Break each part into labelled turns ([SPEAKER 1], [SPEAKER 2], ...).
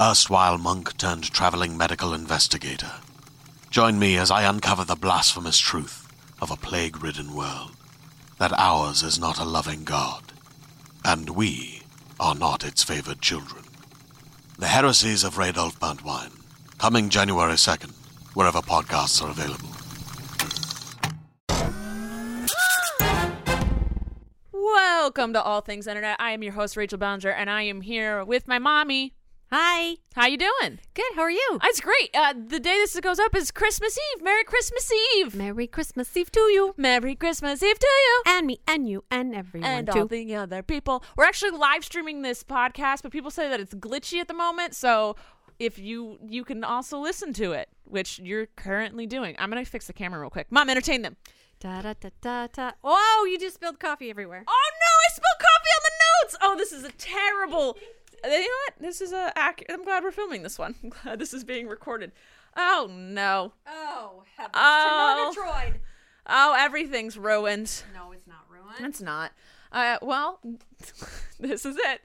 [SPEAKER 1] erstwhile monk turned traveling medical investigator. Join me as I uncover the blasphemous truth of a plague ridden world that ours is not a loving God, and we are not its favored children. The heresies of Radolf Buntwine, coming January 2nd, wherever podcasts are available.
[SPEAKER 2] Welcome to All Things Internet. I am your host Rachel Bellinger, and I am here with my mommy.
[SPEAKER 3] Hi.
[SPEAKER 2] How you doing?
[SPEAKER 3] Good. How are you?
[SPEAKER 2] It's great. Uh, the day this goes up is Christmas Eve. Merry Christmas Eve.
[SPEAKER 3] Merry Christmas Eve to you.
[SPEAKER 2] Merry Christmas Eve to you.
[SPEAKER 3] And me and you and everyone
[SPEAKER 2] And
[SPEAKER 3] too.
[SPEAKER 2] all the other people. We're actually live streaming this podcast, but people say that it's glitchy at the moment. So if you you can also listen to it, which you're currently doing. I'm gonna fix the camera real quick. Mom, entertain them.
[SPEAKER 3] da da da da da. Oh, you just spilled coffee everywhere.
[SPEAKER 2] Oh no, I spilled coffee on the notes. Oh, this is a terrible. uh, You know what? This is a. Ac- I'm glad we're filming this one. I'm glad this is being recorded. Oh no.
[SPEAKER 3] Oh, heavens.
[SPEAKER 2] Oh.
[SPEAKER 3] Troyd.
[SPEAKER 2] Oh, everything's ruined.
[SPEAKER 3] No, it's not ruined.
[SPEAKER 2] It's not. Uh, well, this is it.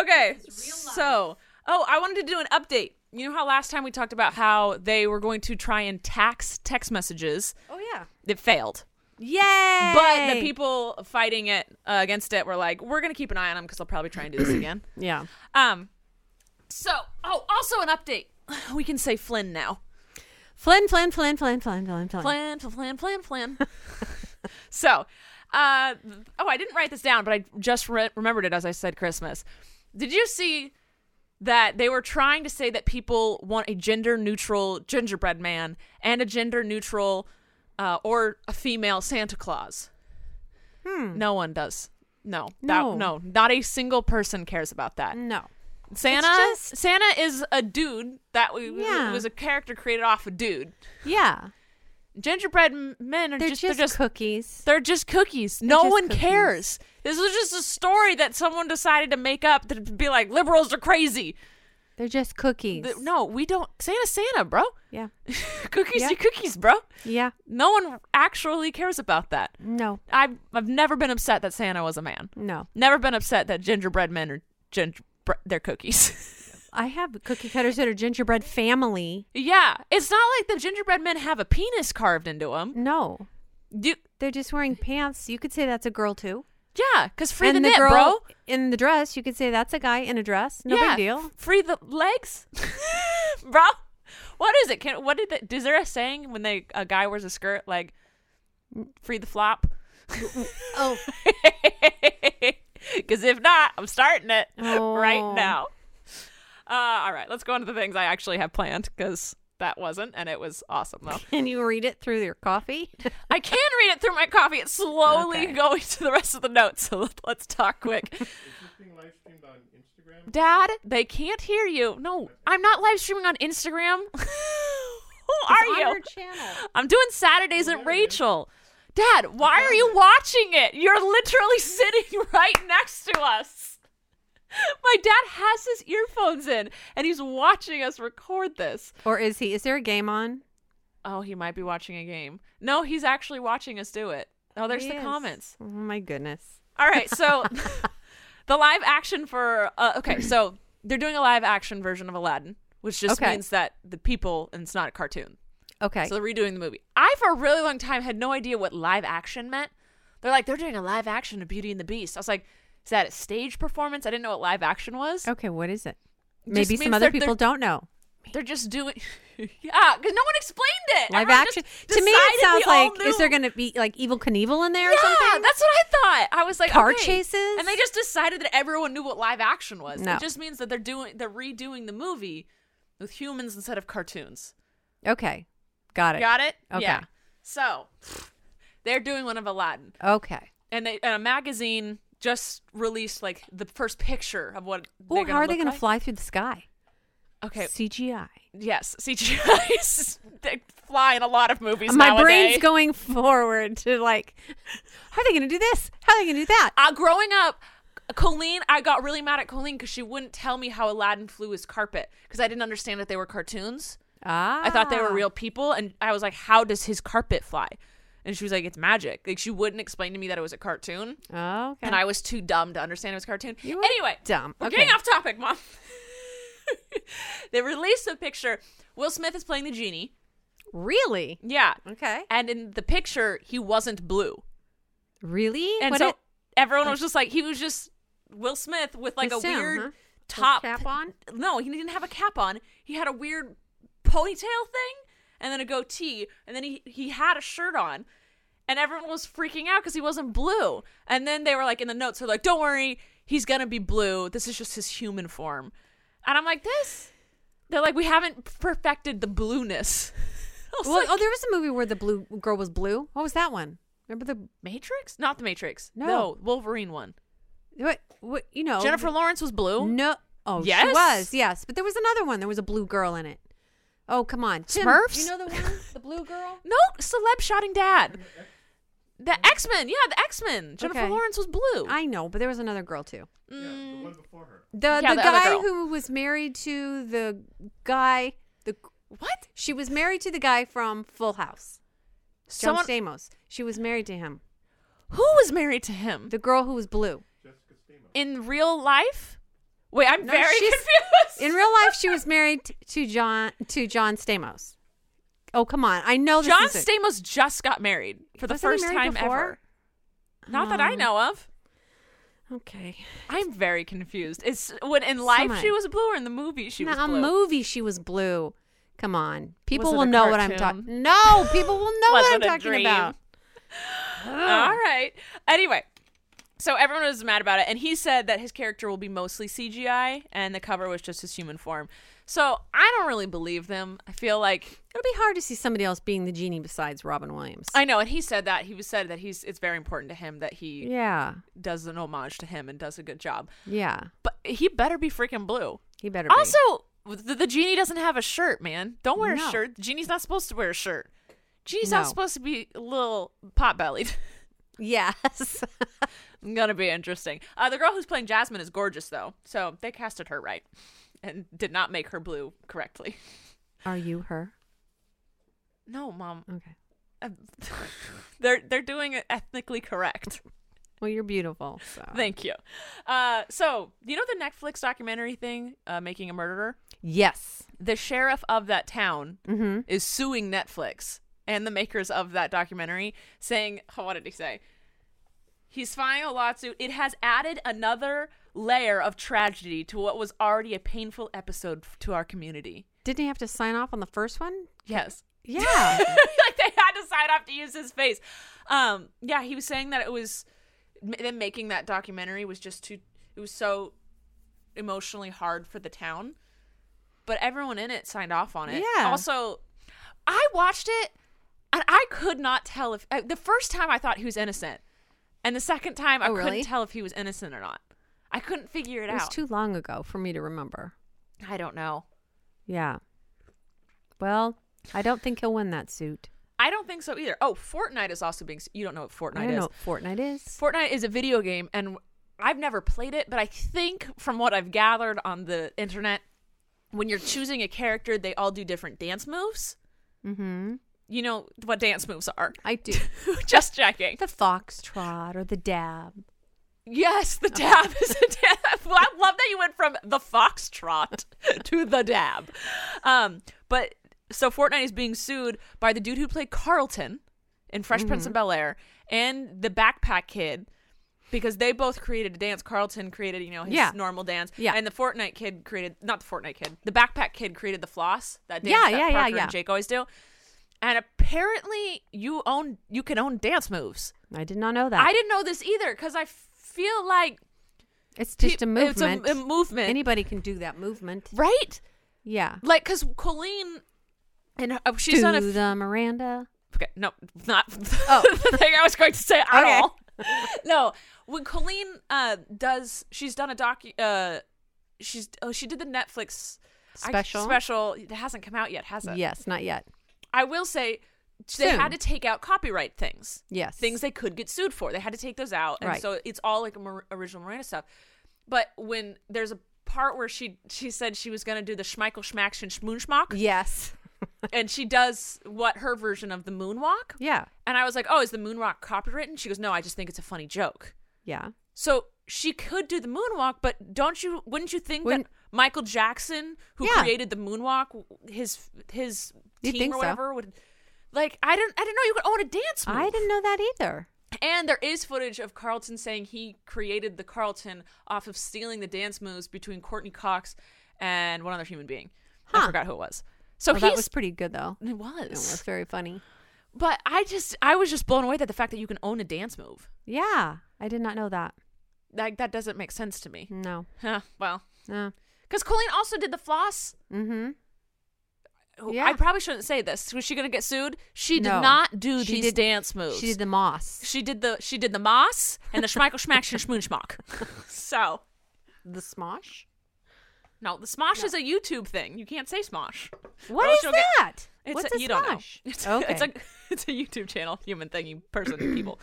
[SPEAKER 2] Okay. So, oh, I wanted to do an update. You know how last time we talked about how they were going to try and tax text messages?
[SPEAKER 3] Oh yeah.
[SPEAKER 2] It failed.
[SPEAKER 3] Yay.
[SPEAKER 2] But the people fighting it uh, against it were like, we're going to keep an eye on them because they'll probably try and do this again.
[SPEAKER 3] Yeah.
[SPEAKER 2] Um. So, oh, also an update. We can say Flynn now.
[SPEAKER 3] Flynn, Flynn, Flynn, Flynn, Flynn, Flynn, Flynn.
[SPEAKER 2] Flynn, Flynn, Flynn, Flynn. so, uh, oh, I didn't write this down, but I just re- remembered it as I said Christmas. Did you see that they were trying to say that people want a gender neutral gingerbread man and a gender neutral uh, or a female Santa Claus? Hmm. No one does. No,
[SPEAKER 3] No.
[SPEAKER 2] That, no, not a single person cares about that.
[SPEAKER 3] No.
[SPEAKER 2] Santa
[SPEAKER 3] It's just-
[SPEAKER 2] Santa is a dude that we,
[SPEAKER 3] Yeah.
[SPEAKER 2] was a character created off a dude.
[SPEAKER 3] Yeah.
[SPEAKER 2] Gingerbread m- men are
[SPEAKER 3] They're
[SPEAKER 2] just,
[SPEAKER 3] just,
[SPEAKER 2] they're just
[SPEAKER 3] cookies.
[SPEAKER 2] they're just cookies. no
[SPEAKER 3] just
[SPEAKER 2] one
[SPEAKER 3] cookies.
[SPEAKER 2] cares. This was just a story that someone decided to make up to be like liberals are crazy.
[SPEAKER 3] They're just cookies.
[SPEAKER 2] Th- No, we don't. Santa, Santa, bro.
[SPEAKER 3] Yeah.
[SPEAKER 2] cookies,
[SPEAKER 3] Yeah.
[SPEAKER 2] you cookies, bro.
[SPEAKER 3] Yeah.
[SPEAKER 2] No one actually cares about that.
[SPEAKER 3] No.
[SPEAKER 2] I've I've never been upset that Santa was a man.
[SPEAKER 3] No.
[SPEAKER 2] Never been upset that gingerbread men are gingerbread. They're cookies.
[SPEAKER 3] I have cookie cutters that are gingerbread family.
[SPEAKER 2] Yeah, it's not like the gingerbread men have a penis carved into them.
[SPEAKER 3] No.
[SPEAKER 2] You,
[SPEAKER 3] They're just wearing pants. You could say that's a girl too.
[SPEAKER 2] yeah, because free
[SPEAKER 3] and
[SPEAKER 2] the,
[SPEAKER 3] the,
[SPEAKER 2] knit,
[SPEAKER 3] girl
[SPEAKER 2] bro.
[SPEAKER 3] in the dress, you could say that's a guy in a dress. No
[SPEAKER 2] yeah,
[SPEAKER 3] big deal.
[SPEAKER 2] Free the legs, bro. What is it? Can what did the, is there a saying when they a guy wears a skirt like free the flop?
[SPEAKER 3] Oh,
[SPEAKER 2] Because if not, I'm starting it
[SPEAKER 3] Oh.
[SPEAKER 2] right now. Uh, all right, let's go on to the things I actually have planned because that wasn't, and it was awesome though.
[SPEAKER 3] can you read it through your coffee?
[SPEAKER 2] I can read it through my coffee. It's slowly
[SPEAKER 3] Okay.
[SPEAKER 2] going to the rest of the notes, so let- let's talk quick.
[SPEAKER 4] being live streamed on Instagram.
[SPEAKER 2] Dad, they can't hear you. No, I'm not live streaming on Instagram. Who are
[SPEAKER 3] on
[SPEAKER 2] you?
[SPEAKER 3] our channel.
[SPEAKER 2] I'm doing Saturdays at Rachel. Dad, why are you watching it? You're literally sitting right next to us. My dad has his earphones in and he's watching us record this.
[SPEAKER 3] Or is he? Is there a game on?
[SPEAKER 2] Oh, he might be watching a game. No, he's actually watching us do it. Oh, there's
[SPEAKER 3] He
[SPEAKER 2] the
[SPEAKER 3] is.
[SPEAKER 2] comments.
[SPEAKER 3] Oh my goodness.
[SPEAKER 2] All right, so the live action for uh, okay, so they're doing a live action version of Aladdin, which just
[SPEAKER 3] Okay.
[SPEAKER 2] means that the people and it's not a cartoon.
[SPEAKER 3] Okay.
[SPEAKER 2] So they're redoing the movie. I for a really long time had no idea what live action meant. They're like they're doing a live action of Beauty and the Beast. I was like, is that a stage performance? I didn't know what live action was.
[SPEAKER 3] okay, what is it?
[SPEAKER 2] Just
[SPEAKER 3] Oh, Maybe
[SPEAKER 2] means
[SPEAKER 3] some other
[SPEAKER 2] they're- they're-
[SPEAKER 3] people don't know.
[SPEAKER 2] They're just doing, yeah, because no one explained it.
[SPEAKER 3] Live
[SPEAKER 2] Everyone
[SPEAKER 3] action.
[SPEAKER 2] just
[SPEAKER 3] To
[SPEAKER 2] decided
[SPEAKER 3] me, it
[SPEAKER 2] we
[SPEAKER 3] sounds
[SPEAKER 2] all
[SPEAKER 3] like is there
[SPEAKER 2] knew.
[SPEAKER 3] going to be like evil Knievel in there or
[SPEAKER 2] yeah,
[SPEAKER 3] something?
[SPEAKER 2] that's what I thought. I was like
[SPEAKER 3] Car
[SPEAKER 2] okay.
[SPEAKER 3] chases?
[SPEAKER 2] and they just decided that everyone knew what live action was.
[SPEAKER 3] No.
[SPEAKER 2] It just means that they're doing they're redoing the movie with humans instead of cartoons.
[SPEAKER 3] Okay, got it.
[SPEAKER 2] Got it?
[SPEAKER 3] Okay.
[SPEAKER 2] Yeah. So they're doing one of Aladdin,
[SPEAKER 3] Okay.
[SPEAKER 2] and they and a magazine just released like the first picture of what.
[SPEAKER 3] Ooh,
[SPEAKER 2] they're gonna
[SPEAKER 3] how are they
[SPEAKER 2] look
[SPEAKER 3] going to
[SPEAKER 2] like.
[SPEAKER 3] fly through the sky?
[SPEAKER 2] Okay.
[SPEAKER 3] CGI.
[SPEAKER 2] Yes, CGI. is- they fly in a lot of movies.
[SPEAKER 3] My
[SPEAKER 2] nowadays.
[SPEAKER 3] brain's going forward to like, how are they going to do this? How are they going to do that?
[SPEAKER 2] uh, growing up, Colleen, I got really mad at Colleen because she wouldn't tell me how Aladdin flew his carpet because I didn't understand that they were cartoons.
[SPEAKER 3] Ah,
[SPEAKER 2] I thought they were real people, and I was like, "How does his carpet fly?" And she was like, "It's magic." Like she wouldn't explain to me that it was a cartoon,
[SPEAKER 3] Oh, okay.
[SPEAKER 2] and I was too dumb to understand it was a cartoon.
[SPEAKER 3] You were
[SPEAKER 2] anyway,
[SPEAKER 3] dumb.
[SPEAKER 2] We're
[SPEAKER 3] Okay.
[SPEAKER 2] getting off topic, mom. they released a picture. Will Smith is playing the genie.
[SPEAKER 3] really
[SPEAKER 2] Yeah.
[SPEAKER 3] okay.
[SPEAKER 2] And in the picture, he wasn't blue.
[SPEAKER 3] Really?
[SPEAKER 2] And
[SPEAKER 3] What
[SPEAKER 2] so
[SPEAKER 3] it-
[SPEAKER 2] everyone was just like, he was just Will Smith with like
[SPEAKER 3] Just
[SPEAKER 2] a
[SPEAKER 3] him,
[SPEAKER 2] weird
[SPEAKER 3] huh?
[SPEAKER 2] top
[SPEAKER 3] cap on?
[SPEAKER 2] No, he didn't have a cap on. He had a weird ponytail thing and then a goatee, and then he he had a shirt on. And everyone was freaking out because he wasn't blue. And then they were like in the notes, they're like, "Don't worry, he's gonna be blue. This is just his human form." And I'm like, "This." They're like, "We haven't perfected the blueness." I was
[SPEAKER 3] well,
[SPEAKER 2] like,
[SPEAKER 3] oh, there was a movie where the blue girl was blue. What was that one? Remember the
[SPEAKER 2] Matrix? Not the Matrix.
[SPEAKER 3] No. Oh,
[SPEAKER 2] Wolverine one.
[SPEAKER 3] what? What you know?
[SPEAKER 2] Jennifer Lawrence was blue.
[SPEAKER 3] No. Oh, she
[SPEAKER 2] Yes?
[SPEAKER 3] was. Yes, but there was another one. There was a blue girl in it. Oh, come on, Tim,
[SPEAKER 2] Smurfs?
[SPEAKER 3] You know the one, the blue girl.
[SPEAKER 2] No, celeb shotting dad. The X Men, yeah, the X Men. Jennifer
[SPEAKER 3] Okay.
[SPEAKER 2] Lawrence was blue.
[SPEAKER 3] I know, but there was another girl too.
[SPEAKER 4] Yeah, the one before her.
[SPEAKER 3] The
[SPEAKER 2] Mm. Yeah, the other
[SPEAKER 3] the, guy
[SPEAKER 2] girl.
[SPEAKER 3] who was married to the guy. The
[SPEAKER 2] what?
[SPEAKER 3] she was married to the guy from Full House. John
[SPEAKER 2] Someone
[SPEAKER 3] Stamos. She was married to him.
[SPEAKER 2] who was married to him
[SPEAKER 3] The girl who was blue.
[SPEAKER 4] Jessica Stamos.
[SPEAKER 2] in real life. Wait, I'm
[SPEAKER 3] No,
[SPEAKER 2] very
[SPEAKER 3] she's-
[SPEAKER 2] confused.
[SPEAKER 3] In real life, she was married t- to John to John Stamos. Oh come on, I know this
[SPEAKER 2] John
[SPEAKER 3] is it.
[SPEAKER 2] Stamos just got married for the
[SPEAKER 3] Wasn't he
[SPEAKER 2] first
[SPEAKER 3] married
[SPEAKER 2] time
[SPEAKER 3] before?
[SPEAKER 2] ever. Not that I
[SPEAKER 3] Um,
[SPEAKER 2] know of.
[SPEAKER 3] Okay,
[SPEAKER 2] I'm very confused. It's when in life
[SPEAKER 3] am I.
[SPEAKER 2] she was blue, or in the movie she
[SPEAKER 3] in
[SPEAKER 2] was
[SPEAKER 3] a
[SPEAKER 2] blue.
[SPEAKER 3] movie she was blue. Come on, people
[SPEAKER 2] Was it
[SPEAKER 3] will
[SPEAKER 2] a
[SPEAKER 3] know what I'm
[SPEAKER 2] cartoon?
[SPEAKER 3] talking. No, people will know
[SPEAKER 2] Was
[SPEAKER 3] what I'm
[SPEAKER 2] it a
[SPEAKER 3] talking
[SPEAKER 2] dream?
[SPEAKER 3] about.
[SPEAKER 2] All right. Anyway, so everyone was mad about it, and he said that his character will be mostly CGI, and the cover was just his human form. So I don't really believe them. I feel like
[SPEAKER 3] It'll be hard to see somebody else being the genie besides Robin Williams.
[SPEAKER 2] I know, and he said that he was said that he's it's very important to him that he
[SPEAKER 3] yeah,
[SPEAKER 2] does an homage to him and does a good job.
[SPEAKER 3] yeah,
[SPEAKER 2] But he better be freaking blue.
[SPEAKER 3] he better. be.
[SPEAKER 2] Also, the, the genie doesn't have a shirt, man. Don't wear
[SPEAKER 3] No.
[SPEAKER 2] a shirt. The genie's not supposed to wear a shirt. Genie's
[SPEAKER 3] No.
[SPEAKER 2] not supposed to be a little pot bellied.
[SPEAKER 3] yes,
[SPEAKER 2] gonna be interesting. Uh, the girl who's playing Jasmine is gorgeous, though, so they casted her right and did not make her blue correctly.
[SPEAKER 3] are you her?
[SPEAKER 2] No, mom,
[SPEAKER 3] Okay.
[SPEAKER 2] Uh, they're they're doing it ethnically correct.
[SPEAKER 3] Well, you're beautiful. So.
[SPEAKER 2] Thank you. Uh, so you know the Netflix documentary thing, uh, Making a Murderer.
[SPEAKER 3] yes.
[SPEAKER 2] The sheriff of that town
[SPEAKER 3] Mm-hmm.
[SPEAKER 2] is suing Netflix and the makers of that documentary, saying, oh, "What did he say?" He's filing a lawsuit. It has added another layer of tragedy to what was already a painful episode f- to our community.
[SPEAKER 3] Didn't he have to sign off on the first one?
[SPEAKER 2] Yes.
[SPEAKER 3] Yeah.
[SPEAKER 2] like they had to sign off to use his face. Um, yeah, he was saying that it was m- them making that documentary was just too. It was so emotionally hard for the town, but everyone in it signed off on it.
[SPEAKER 3] Yeah.
[SPEAKER 2] Also, I watched it and I could not tell if uh, the first time I thought he was innocent, and the second time I
[SPEAKER 3] Oh, really?
[SPEAKER 2] couldn't tell if he was innocent or not. I couldn't figure it,
[SPEAKER 3] It was
[SPEAKER 2] out.
[SPEAKER 3] too long ago for me to remember.
[SPEAKER 2] I don't know.
[SPEAKER 3] Yeah. Well, I don't think he'll win that suit.
[SPEAKER 2] I don't think so either. Oh, Fortnite is also being. s- You don't know what Fortnite
[SPEAKER 3] I don't
[SPEAKER 2] is.
[SPEAKER 3] know what Fortnite is.
[SPEAKER 2] Fortnite is a video game, and I've never played it, but I think from what I've gathered on the internet, when you're choosing a character, they all do different dance moves.
[SPEAKER 3] Mm-hmm.
[SPEAKER 2] You know what dance moves are.
[SPEAKER 3] I do.
[SPEAKER 2] Just checking.
[SPEAKER 3] the foxtrot or the dab.
[SPEAKER 2] Yes, the dab is a dab. Well, I love that you went from the foxtrot to the dab. Um, but so Fortnite is being sued by the
[SPEAKER 3] Mm-hmm.
[SPEAKER 2] dude who played Carlton in Fresh Prince of Bel Air and the backpack kid because they both created a dance. Carlton created, you know, his
[SPEAKER 3] Yeah.
[SPEAKER 2] normal dance.
[SPEAKER 3] Yeah.
[SPEAKER 2] And the Fortnite kid created, not the Fortnite kid, the backpack kid created the floss that dance that
[SPEAKER 3] Yeah, yeah, yeah,
[SPEAKER 2] Parker
[SPEAKER 3] yeah.
[SPEAKER 2] and Jake always do. And apparently, you own you can own dance moves.
[SPEAKER 3] I did not know that.
[SPEAKER 2] I didn't know this either because I feel like
[SPEAKER 3] it's
[SPEAKER 2] pe-
[SPEAKER 3] just a movement.
[SPEAKER 2] It's a, a movement,
[SPEAKER 3] Anybody can do that movement.
[SPEAKER 2] right?
[SPEAKER 3] Yeah.
[SPEAKER 2] Like, because Colleen and her- oh, she's
[SPEAKER 3] do
[SPEAKER 2] not a
[SPEAKER 3] the Miranda.
[SPEAKER 2] Okay, no, not
[SPEAKER 3] Oh.
[SPEAKER 2] the thing I was going to say at
[SPEAKER 3] Okay.
[SPEAKER 2] all. No, when Colleen uh, does, she's done a docu. Uh, she's oh, she did the Netflix I-
[SPEAKER 3] Special?
[SPEAKER 2] special. It hasn't come out yet, has it?
[SPEAKER 3] Yes, not yet.
[SPEAKER 2] I will say they
[SPEAKER 3] Soon.
[SPEAKER 2] had to take out copyright things.
[SPEAKER 3] Yes.
[SPEAKER 2] Things they could get sued for. They had to take those out, and
[SPEAKER 3] Right.
[SPEAKER 2] so it's all like Mir- original Miranda stuff. But when there's a part where she she said she was going to do the Schmeichel Schmacks and Schmoonschmock,
[SPEAKER 3] Yes.
[SPEAKER 2] and she does what her version of the moonwalk.
[SPEAKER 3] Yeah.
[SPEAKER 2] And I was like, "Oh, is the moonwalk copywritten?" She goes, "No, I just think it's a funny joke."
[SPEAKER 3] Yeah.
[SPEAKER 2] So she could do the moonwalk, but don't you? Wouldn't you think
[SPEAKER 3] Wouldn't-
[SPEAKER 2] that Michael Jackson, who
[SPEAKER 3] Yeah.
[SPEAKER 2] created the moonwalk, his his
[SPEAKER 3] You'd
[SPEAKER 2] team
[SPEAKER 3] think
[SPEAKER 2] or
[SPEAKER 3] so.
[SPEAKER 2] whatever would like? I didn't. I didn't know you could own a dance move.
[SPEAKER 3] I didn't know that either.
[SPEAKER 2] And there is footage of Carlton saying he created the Carlton off of stealing the dance moves between Courtney Cox and one other human being. I
[SPEAKER 3] Huh.
[SPEAKER 2] forgot who it was. So
[SPEAKER 3] Well,
[SPEAKER 2] he's
[SPEAKER 3] Oh, that was pretty good though.
[SPEAKER 2] it
[SPEAKER 3] It was very funny.
[SPEAKER 2] But I just I was just blown away that the fact that you can own a dance move.
[SPEAKER 3] Yeah. I did not know that.
[SPEAKER 2] Like that doesn't make sense to me.
[SPEAKER 3] No.
[SPEAKER 2] Huh, well,
[SPEAKER 3] No.
[SPEAKER 2] because Colleen also did the floss.
[SPEAKER 3] Mm-hmm.
[SPEAKER 2] Who-
[SPEAKER 3] Yeah.
[SPEAKER 2] I probably shouldn't say this. Was she gonna get sued? She did
[SPEAKER 3] No.
[SPEAKER 2] not do
[SPEAKER 3] She
[SPEAKER 2] these
[SPEAKER 3] did-
[SPEAKER 2] dance moves.
[SPEAKER 3] She did the moss.
[SPEAKER 2] She did the she did the moss and the schmeichel schmack and schmoonschmock. So
[SPEAKER 3] The smosh?
[SPEAKER 2] no, the smosh is a YouTube thing. You can't say smosh.
[SPEAKER 3] What
[SPEAKER 2] Or
[SPEAKER 3] is
[SPEAKER 2] Oh, she'll get-
[SPEAKER 3] that?
[SPEAKER 2] It's
[SPEAKER 3] What's
[SPEAKER 2] a,
[SPEAKER 3] a
[SPEAKER 2] you don't know.
[SPEAKER 3] smosh?
[SPEAKER 2] It's,
[SPEAKER 3] okay.
[SPEAKER 2] it's a it's a YouTube channel, human thingy person people.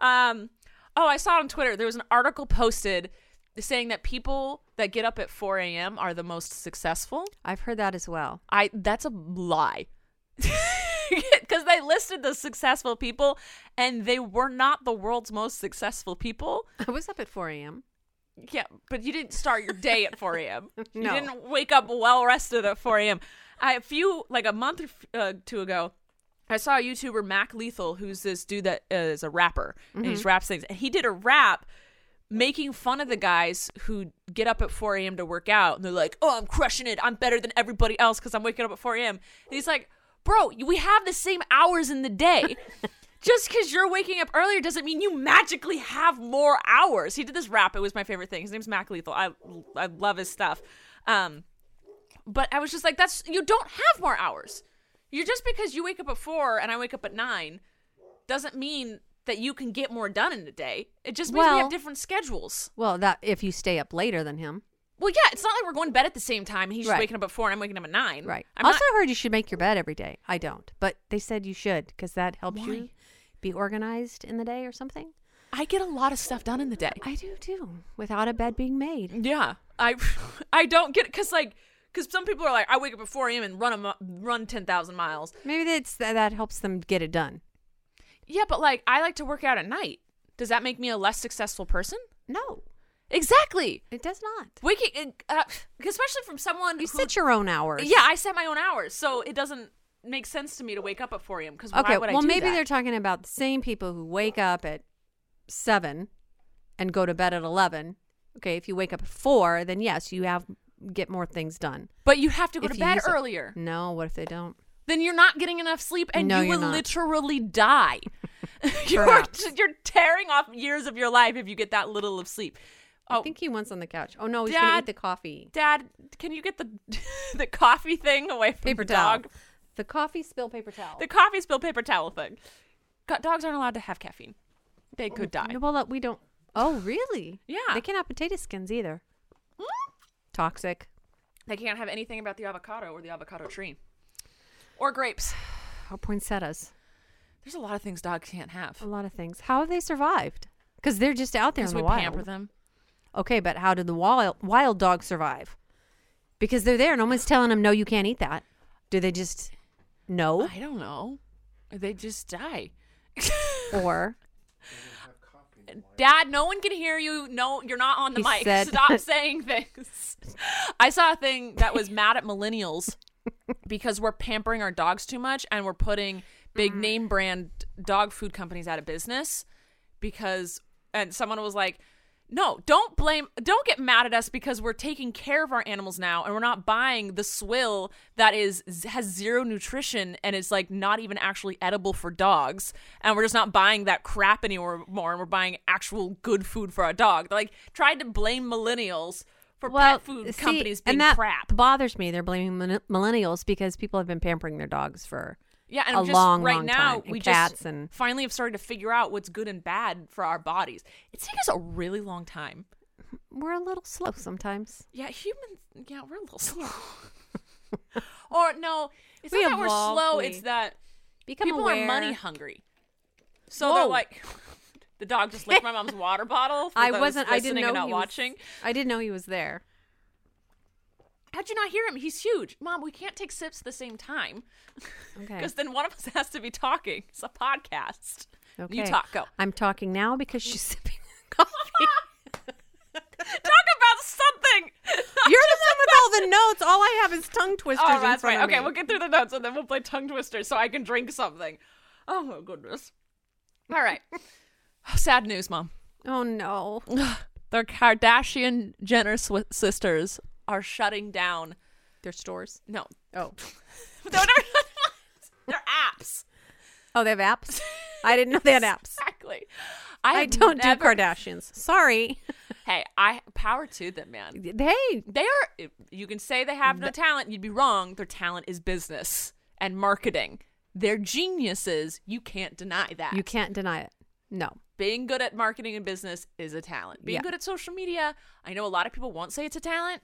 [SPEAKER 2] Um, oh, I saw on Twitter there was an article posted saying that people that get up at 4 a.m. are the most successful.
[SPEAKER 3] I've heard that as well.
[SPEAKER 2] I that's a lie. Because they listed the successful people, and they were not the world's most successful people.
[SPEAKER 3] I was up at 4 a.m.
[SPEAKER 2] Yeah, but you didn't start your day at 4 a.m. You
[SPEAKER 3] No.
[SPEAKER 2] didn't wake up well rested at 4 a.m. I, a few, like a month or f- uh, two ago, I saw a YouTuber, Mac Lethal, who's this dude that uh, is a rapper and he just raps things. And he did a rap making fun of the guys who get up at 4 a.m. to work out. And they're like, oh, I'm crushing it. I'm better than everybody else because I'm waking up at 4 a.m. And he's like, bro, we have the same hours in the day. just because you're waking up earlier doesn't mean you magically have more hours. He did this rap. It was my favorite thing. His name's Mac Lethal. I I love his stuff. Um, but I was just like, that's you don't have more hours. You're just because you wake up at four and I wake up at nine doesn't mean that you can get more done in a day. It just means we
[SPEAKER 3] Well-
[SPEAKER 2] have different schedules.
[SPEAKER 3] Well, that if you stay up later than him.
[SPEAKER 2] Well, yeah, it's not like we're going to bed at the same time. He's just
[SPEAKER 3] Right.
[SPEAKER 2] waking up at four and I'm waking up at nine.
[SPEAKER 3] Right.
[SPEAKER 2] I'm
[SPEAKER 3] also
[SPEAKER 2] not-
[SPEAKER 3] heard you should make your bed every day. I don't, but they said you should because that helps you
[SPEAKER 2] Why?
[SPEAKER 3] be organized in the day or something.
[SPEAKER 2] I get a lot of stuff done in the day.
[SPEAKER 3] I do too, without a bed being made.
[SPEAKER 2] Yeah, I I don't get it because like because some people are like I wake up at four a.m. and run a mi- run ten thousand miles.
[SPEAKER 3] Maybe that's that, that helps them get it done.
[SPEAKER 2] Yeah, but like I like to work out at night. Does that make me a less successful person?
[SPEAKER 3] No,
[SPEAKER 2] Exactly.
[SPEAKER 3] it does not.
[SPEAKER 2] Waking, uh, especially from someone
[SPEAKER 3] You
[SPEAKER 2] who-
[SPEAKER 3] set your own hours.
[SPEAKER 2] Yeah, I set my own hours, so it doesn't make sense to me to wake up at four a.m. Because
[SPEAKER 3] Okay.
[SPEAKER 2] why would
[SPEAKER 3] well,
[SPEAKER 2] I do
[SPEAKER 3] maybe
[SPEAKER 2] that?
[SPEAKER 3] they're talking about the same people who wake up at seven and go to bed at eleven. Okay, if you wake up at four, then yes, you have get more things done.
[SPEAKER 2] But you have to go
[SPEAKER 3] If
[SPEAKER 2] to
[SPEAKER 3] you
[SPEAKER 2] bed
[SPEAKER 3] use it.
[SPEAKER 2] earlier.
[SPEAKER 3] No, what if they don't?
[SPEAKER 2] Then you're not getting enough sleep, and
[SPEAKER 3] No,
[SPEAKER 2] you
[SPEAKER 3] you're
[SPEAKER 2] will
[SPEAKER 3] not.
[SPEAKER 2] literally die. you're
[SPEAKER 3] Perhaps.
[SPEAKER 2] you're tearing off years of your life if you get that little of sleep.
[SPEAKER 3] I
[SPEAKER 2] Oh,
[SPEAKER 3] think he wants on the couch. Oh no, he's gonna
[SPEAKER 2] Dad.
[SPEAKER 3] eat the coffee.
[SPEAKER 2] Dad, can you get the the coffee thing away from
[SPEAKER 3] paper
[SPEAKER 2] the
[SPEAKER 3] towel.
[SPEAKER 2] dog?
[SPEAKER 3] The coffee spill paper towel.
[SPEAKER 2] The coffee spill paper towel thing. Co- Dogs aren't allowed to have caffeine; they could die.
[SPEAKER 3] well, uh, we don't. Oh, really?
[SPEAKER 2] Yeah.
[SPEAKER 3] They can't have potato skins either. Toxic.
[SPEAKER 2] They can't have anything about the avocado or the avocado tree, or grapes.
[SPEAKER 3] Or poinsettias.
[SPEAKER 2] There's a lot of things dogs can't
[SPEAKER 3] A
[SPEAKER 2] have.
[SPEAKER 3] lot of things. How have they survived? Because they're just out there in
[SPEAKER 2] Because
[SPEAKER 3] the
[SPEAKER 2] we
[SPEAKER 3] wild.
[SPEAKER 2] pamper them.
[SPEAKER 3] Okay, but how did the wild wild dogs survive? Because they're there. No one's telling them no, you can't eat that. Do they just no
[SPEAKER 2] I don't know. They just die.
[SPEAKER 3] or
[SPEAKER 2] Dad, no one can hear you. No, you're not on the
[SPEAKER 3] He
[SPEAKER 2] mic.
[SPEAKER 3] said-
[SPEAKER 2] Stop saying things. I saw a thing that was mad at millennials because we're pampering our dogs too much and
[SPEAKER 3] Mm-hmm.
[SPEAKER 2] we're putting big name brand dog food companies out of business because and someone was like, "No, don't blame, don't get mad at us because we're taking care of our animals now, and we're not buying the swill that is has zero nutrition and is like not even actually edible for dogs, and we're just not buying that crap anymore, more, and we're buying actual good food for our dog." They're like tried to blame millennials for pet food
[SPEAKER 3] see,
[SPEAKER 2] companies being
[SPEAKER 3] and that
[SPEAKER 2] crap.
[SPEAKER 3] bothers me. They're blaming min- millennials because people have been pampering their dogs for
[SPEAKER 2] Yeah, and
[SPEAKER 3] a
[SPEAKER 2] I'm just
[SPEAKER 3] long,
[SPEAKER 2] right
[SPEAKER 3] long
[SPEAKER 2] now
[SPEAKER 3] time, and
[SPEAKER 2] we
[SPEAKER 3] cats
[SPEAKER 2] just
[SPEAKER 3] and-
[SPEAKER 2] finally have started to figure out what's good and bad for our bodies. It's taken us a really long time.
[SPEAKER 3] we're a little slow sometimes.
[SPEAKER 2] Yeah, humans. Yeah, we're a little slow. or no, it's
[SPEAKER 3] We
[SPEAKER 2] not that we're
[SPEAKER 3] evolved,
[SPEAKER 2] slow.
[SPEAKER 3] we
[SPEAKER 2] It's that
[SPEAKER 3] Become
[SPEAKER 2] people
[SPEAKER 3] aware.
[SPEAKER 2] are money hungry. So they're
[SPEAKER 3] Whoa.
[SPEAKER 2] like, the dog just licked my mom's water bottle. For
[SPEAKER 3] I
[SPEAKER 2] those
[SPEAKER 3] wasn't. I didn't
[SPEAKER 2] listening
[SPEAKER 3] know
[SPEAKER 2] and not
[SPEAKER 3] he was-
[SPEAKER 2] watching.
[SPEAKER 3] I didn't know he was there.
[SPEAKER 2] How'd you not hear him? He's huge, Mom. We can't take sips at the same time
[SPEAKER 3] Okay.
[SPEAKER 2] because then one of us has to be talking. It's a podcast.
[SPEAKER 3] okay.
[SPEAKER 2] You talk. Go.
[SPEAKER 3] I'm talking now because she's sipping coffee.
[SPEAKER 2] talk about something.
[SPEAKER 3] You're the one with all the notes. All I have is tongue twisters.
[SPEAKER 2] Oh,
[SPEAKER 3] in
[SPEAKER 2] that's
[SPEAKER 3] front
[SPEAKER 2] right.
[SPEAKER 3] of
[SPEAKER 2] Okay,
[SPEAKER 3] me.
[SPEAKER 2] we'll get through the notes and then we'll play tongue twisters so I can drink something. Oh my goodness. All right. Sad news, mom.
[SPEAKER 3] Oh no.
[SPEAKER 2] The Kardashian Jenner swi sisters are shutting down.
[SPEAKER 3] Their stores.
[SPEAKER 2] No,
[SPEAKER 3] Oh.
[SPEAKER 2] no, no, their apps.
[SPEAKER 3] Oh, they have apps. I didn't know they had apps.
[SPEAKER 2] Exactly.
[SPEAKER 3] I
[SPEAKER 2] have
[SPEAKER 3] don't do
[SPEAKER 2] never-
[SPEAKER 3] Kardashians. Sorry.
[SPEAKER 2] Hey, I power to them, man.
[SPEAKER 3] Hey,
[SPEAKER 2] They are. You can say they have no talent. You'd be wrong. Their talent is business and marketing. They're geniuses. You can't deny that.
[SPEAKER 3] you can't deny it. No.
[SPEAKER 2] being good at marketing and business is a talent. Being
[SPEAKER 3] Yeah.
[SPEAKER 2] good at social media, I know a lot of people won't say it's a talent.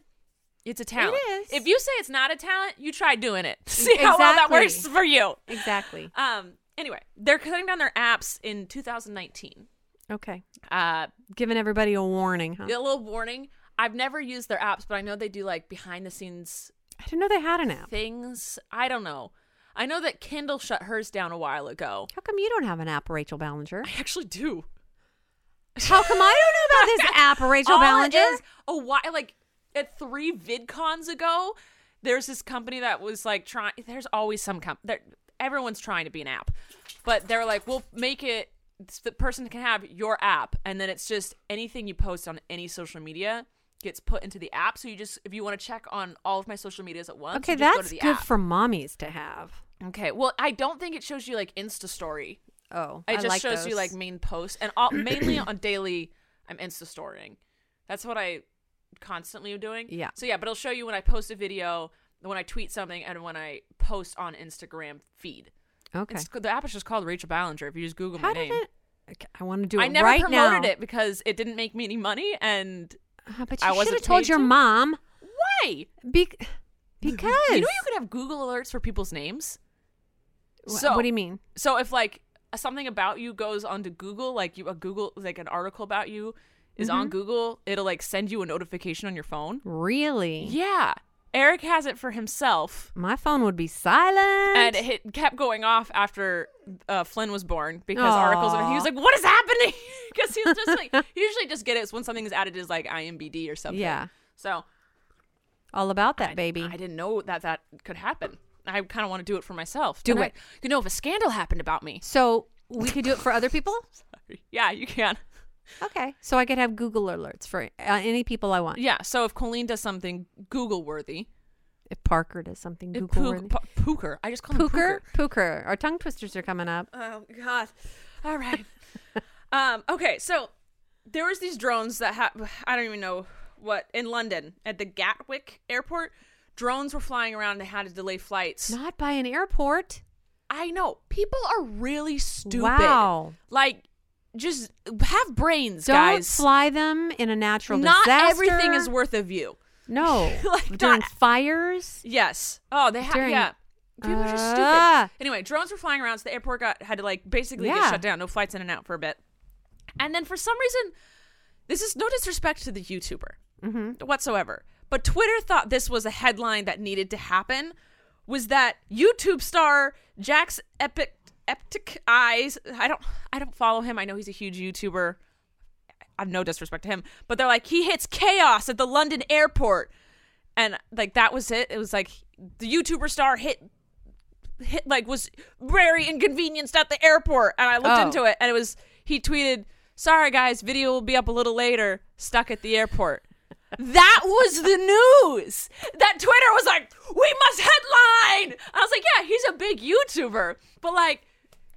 [SPEAKER 2] It's a talent.
[SPEAKER 3] is. E,
[SPEAKER 2] If you say it's not a talent, you try doing it. See how well that
[SPEAKER 3] exactly.
[SPEAKER 2] works for you.
[SPEAKER 3] Exactly.
[SPEAKER 2] Um. Anyway, they're cutting down their apps in 2019.
[SPEAKER 3] Okay.
[SPEAKER 2] Uh,
[SPEAKER 3] Giving everybody a warning, huh?
[SPEAKER 2] a little warning. I've never used their apps, but I know they do like behind the scenes
[SPEAKER 3] I didn't know they had an app.
[SPEAKER 2] things. I don't know. I know that Kindle shut hers down a while ago.
[SPEAKER 3] How come you don't have an app, Rachel Ballinger?
[SPEAKER 2] I actually do.
[SPEAKER 3] How Oh, come I don't know about this app, Rachel
[SPEAKER 2] All it
[SPEAKER 3] Ballinger?
[SPEAKER 2] is, a while, like at three VidCons ago, there's this company that was like trying. There's always some company. Everyone's trying to be an app, but they're like, we'll make it. s- The person can have your app, and then it's just anything you post on any social media gets put into the app. So you just, if you want to check on all of my social medias at once,
[SPEAKER 3] Okay,
[SPEAKER 2] you just
[SPEAKER 3] that's
[SPEAKER 2] go to
[SPEAKER 3] good
[SPEAKER 2] the app.
[SPEAKER 3] for mommies to have.
[SPEAKER 2] okay, well, I don't think it shows you like Insta story.
[SPEAKER 3] Oh,
[SPEAKER 2] It
[SPEAKER 3] I
[SPEAKER 2] just
[SPEAKER 3] like
[SPEAKER 2] shows you
[SPEAKER 3] those.
[SPEAKER 2] like main posts and all, mainly on daily. I'm Insta storying. That's what I constantly am doing.
[SPEAKER 3] Yeah.
[SPEAKER 2] So yeah, but it'll show you when I post a video, when I tweet something, and when I post on Instagram feed.
[SPEAKER 3] Okay.
[SPEAKER 2] It's, the app is just called Rachel Ballinger. If you just Google
[SPEAKER 3] How
[SPEAKER 2] my
[SPEAKER 3] did
[SPEAKER 2] name,
[SPEAKER 3] it? Okay, I want to do it
[SPEAKER 2] I never
[SPEAKER 3] right
[SPEAKER 2] promoted
[SPEAKER 3] now.
[SPEAKER 2] it because it didn't make me any money. And
[SPEAKER 3] Uh, but
[SPEAKER 2] I
[SPEAKER 3] you should have
[SPEAKER 2] wasn't
[SPEAKER 3] told
[SPEAKER 2] paid
[SPEAKER 3] your
[SPEAKER 2] to.
[SPEAKER 3] mom.
[SPEAKER 2] why?
[SPEAKER 3] Be- because.
[SPEAKER 2] You know you could have Google alerts for people's names.
[SPEAKER 3] Wh-
[SPEAKER 2] So-
[SPEAKER 3] what do you mean?
[SPEAKER 2] So if like something about you goes onto Google, like you a Google like an article about you is
[SPEAKER 3] Mm-hmm.
[SPEAKER 2] on Google, it'll like send you a notification on your phone.
[SPEAKER 3] Really?
[SPEAKER 2] Yeah. Eric has it for himself.
[SPEAKER 3] My phone would be silent.
[SPEAKER 2] And it kept going off after uh, Flynn was born because articles. And he was
[SPEAKER 3] Aw.
[SPEAKER 2] like, "What is happening?" Because he was just like, you usually just get it when something is added as like IMBD or something.
[SPEAKER 3] Yeah.
[SPEAKER 2] So
[SPEAKER 3] All about that, baby.
[SPEAKER 2] I didn't know that that could happen. I kind of want to do it for myself.
[SPEAKER 3] Do
[SPEAKER 2] Then I-
[SPEAKER 3] it.
[SPEAKER 2] you know, if a scandal happened about me,
[SPEAKER 3] so we could do it for other people?
[SPEAKER 2] yeah, you can.
[SPEAKER 3] Okay. So I could have Google alerts for uh, any people I want.
[SPEAKER 2] Yeah. So if Colleen does something Google worthy,
[SPEAKER 3] If Parker does something
[SPEAKER 2] If
[SPEAKER 3] Google
[SPEAKER 2] Pook- Po- Pooker. I just call him Pooker.
[SPEAKER 3] Pooker? Pooker. Our tongue twisters are coming up.
[SPEAKER 2] Oh God! All right. um. Okay. So there was these drones that ha- I don't even know what in London at the Gatwick airport. Drones were flying around. and They had to delay flights.
[SPEAKER 3] Not by an airport.
[SPEAKER 2] I know people are really stupid.
[SPEAKER 3] Wow.
[SPEAKER 2] Like, just have brains,
[SPEAKER 3] Don't
[SPEAKER 2] guys.
[SPEAKER 3] fly them in a natural
[SPEAKER 2] Not
[SPEAKER 3] disaster.
[SPEAKER 2] everything is worth a view.
[SPEAKER 3] No.
[SPEAKER 2] Like,
[SPEAKER 3] During
[SPEAKER 2] not-
[SPEAKER 3] fires.
[SPEAKER 2] Yes. Oh, they have.
[SPEAKER 3] During-
[SPEAKER 2] Yeah. People are just
[SPEAKER 3] Ah.
[SPEAKER 2] stupid. Anyway, drones were flying around, so the airport got had to like basically get
[SPEAKER 3] Yeah.
[SPEAKER 2] shut down. No flights in and out for a bit. And then for some reason, this is no disrespect to the YouTuber
[SPEAKER 3] Mm-hmm.
[SPEAKER 2] whatsoever, but Twitter thought this was a headline that needed to happen. Was that YouTube star Jack's epic epic eyes? I don't I don't follow him. I know he's a huge YouTuber. I've no disrespect to him, but they're like he hits chaos at the London airport, and like that was it. It was like the YouTuber star hit hit like was very inconvenienced at the airport, and I looked
[SPEAKER 3] Oh.
[SPEAKER 2] into it, and it was he tweeted sorry guys, video will be up a little later, stuck at the airport. That was the news. That Twitter was like, we must headline. And I was like, yeah, he's a big YouTuber, but like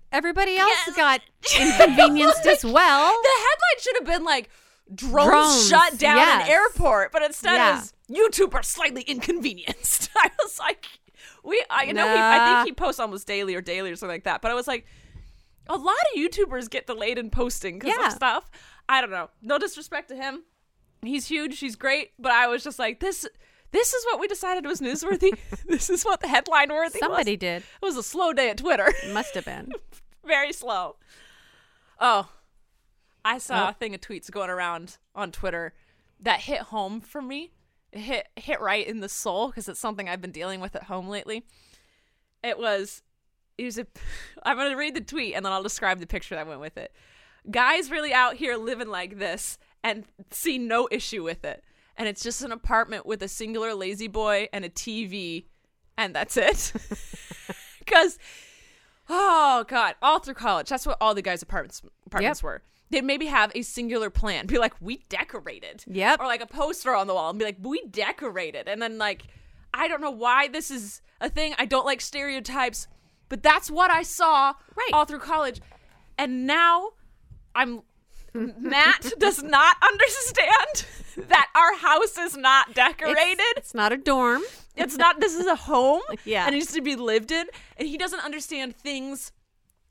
[SPEAKER 3] Everybody else got inconvenienced as well.
[SPEAKER 2] the headline should have been like drones,
[SPEAKER 3] Drones,
[SPEAKER 2] shut down
[SPEAKER 3] yes.
[SPEAKER 2] an airport, but instead
[SPEAKER 3] Yeah.
[SPEAKER 2] is YouTuber slightly inconvenienced. I was like, we, I you know, he, I
[SPEAKER 3] Nah.
[SPEAKER 2] think he posts almost daily or daily or something like that. But I was like, a lot of YouTubers get delayed in posting because
[SPEAKER 3] Yeah.
[SPEAKER 2] of stuff. I don't know. No disrespect to him, he's huge, he's great, but I was just like, this. This is what we decided was newsworthy. this is what the headline worthy
[SPEAKER 3] Somebody
[SPEAKER 2] was.
[SPEAKER 3] did.
[SPEAKER 2] It was a slow day at Twitter
[SPEAKER 3] Must have been.
[SPEAKER 2] very slow. Oh, I saw a thing of tweets going around on Twitter that hit home for me. It hit hit right in the soul because it's something I've been dealing with at home lately. It was it was a I'm going to read the tweet and then I'll describe the picture that went with it. Guys really out here living like this and see no issue with it. And it's just an apartment with a singular lazy boy and a TV and that's it. Cuz Oh God, all through college, that's what all the guys' apartments apartments
[SPEAKER 3] Yep.
[SPEAKER 2] were. They'd maybe have a singular plan, be like, "We decorated,"
[SPEAKER 3] Yep.
[SPEAKER 2] or like a poster on the wall, and be like, "We decorated," and then like, I don't know why this is a thing. I don't like stereotypes, but that's what I saw
[SPEAKER 3] Right.
[SPEAKER 2] all through college, and now I'm Matt does not understand that our house is not decorated.
[SPEAKER 3] It's, it's not a dorm.
[SPEAKER 2] It's not. This is a home.
[SPEAKER 3] Yeah.
[SPEAKER 2] And it needs to be lived in. And he doesn't understand things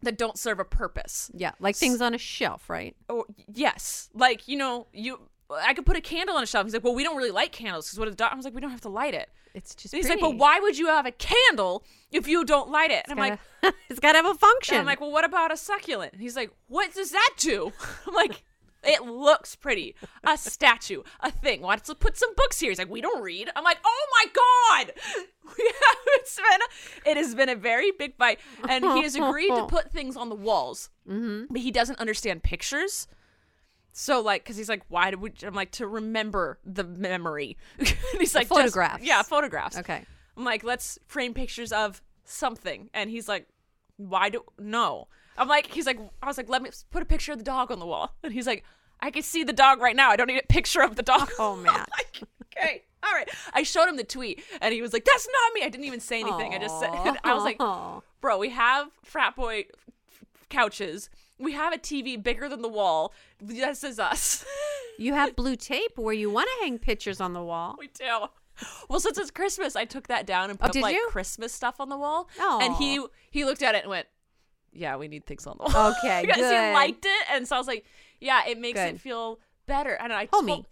[SPEAKER 2] that don't serve a purpose.
[SPEAKER 3] Yeah, like things on a shelf, right?
[SPEAKER 2] Or Oh, yes, like you know, you I could put a candle on a shelf. He's like, well, we don't really light candles because what if the dog? I was like, we don't have to light it.
[SPEAKER 3] It's just.
[SPEAKER 2] And he's like, but why would you have a candle if you don't light it? And I'm like,
[SPEAKER 3] like, it's got to have a
[SPEAKER 2] and
[SPEAKER 3] function.
[SPEAKER 2] I'm like, well, what about a succulent? And he's like, what does that do? I'm like, it looks pretty. A statue, a thing. Why don't you put some books here? He's like, we don't read. I'm like, oh my god, we have, it's been it has been a very big fight, and he has agreed to put things on the walls, mm-hmm. but he doesn't understand pictures. So like, because he's like, why do we? I'm like, to remember the memory. and he's like, just-
[SPEAKER 3] photographs.
[SPEAKER 2] yeah, photographs.
[SPEAKER 3] Okay.
[SPEAKER 2] I'm like, let's frame pictures of something. And he's like, why do no? I'm like, he's like, I was like, let me put a picture of the dog on the wall. And he's like, I can see the dog right now. I don't need a picture of the dog.
[SPEAKER 3] Oh,
[SPEAKER 2] I'm
[SPEAKER 3] Matt.
[SPEAKER 2] like, okay. All right. I showed him the tweet and he was like, that's not me. I didn't even say anything. I just said, I was like,
[SPEAKER 3] Aw.
[SPEAKER 2] bro, we have frat boy f- couches. We have a TV bigger than the wall. This is us.
[SPEAKER 3] you have blue tape where you want to hang pictures on the wall.
[SPEAKER 2] We do. Well, since it's Christmas, I took that down and put up
[SPEAKER 3] Oh, did
[SPEAKER 2] like
[SPEAKER 3] you?
[SPEAKER 2] Christmas stuff on the wall.
[SPEAKER 3] Aw.
[SPEAKER 2] And he he looked at it and went, "Yeah, we need things on the wall."
[SPEAKER 3] Okay,
[SPEAKER 2] because he
[SPEAKER 3] good.
[SPEAKER 2] liked it, and so I was like, "Yeah, it makes it
[SPEAKER 3] Good.
[SPEAKER 2] feel better." And I
[SPEAKER 3] Homey.
[SPEAKER 2] told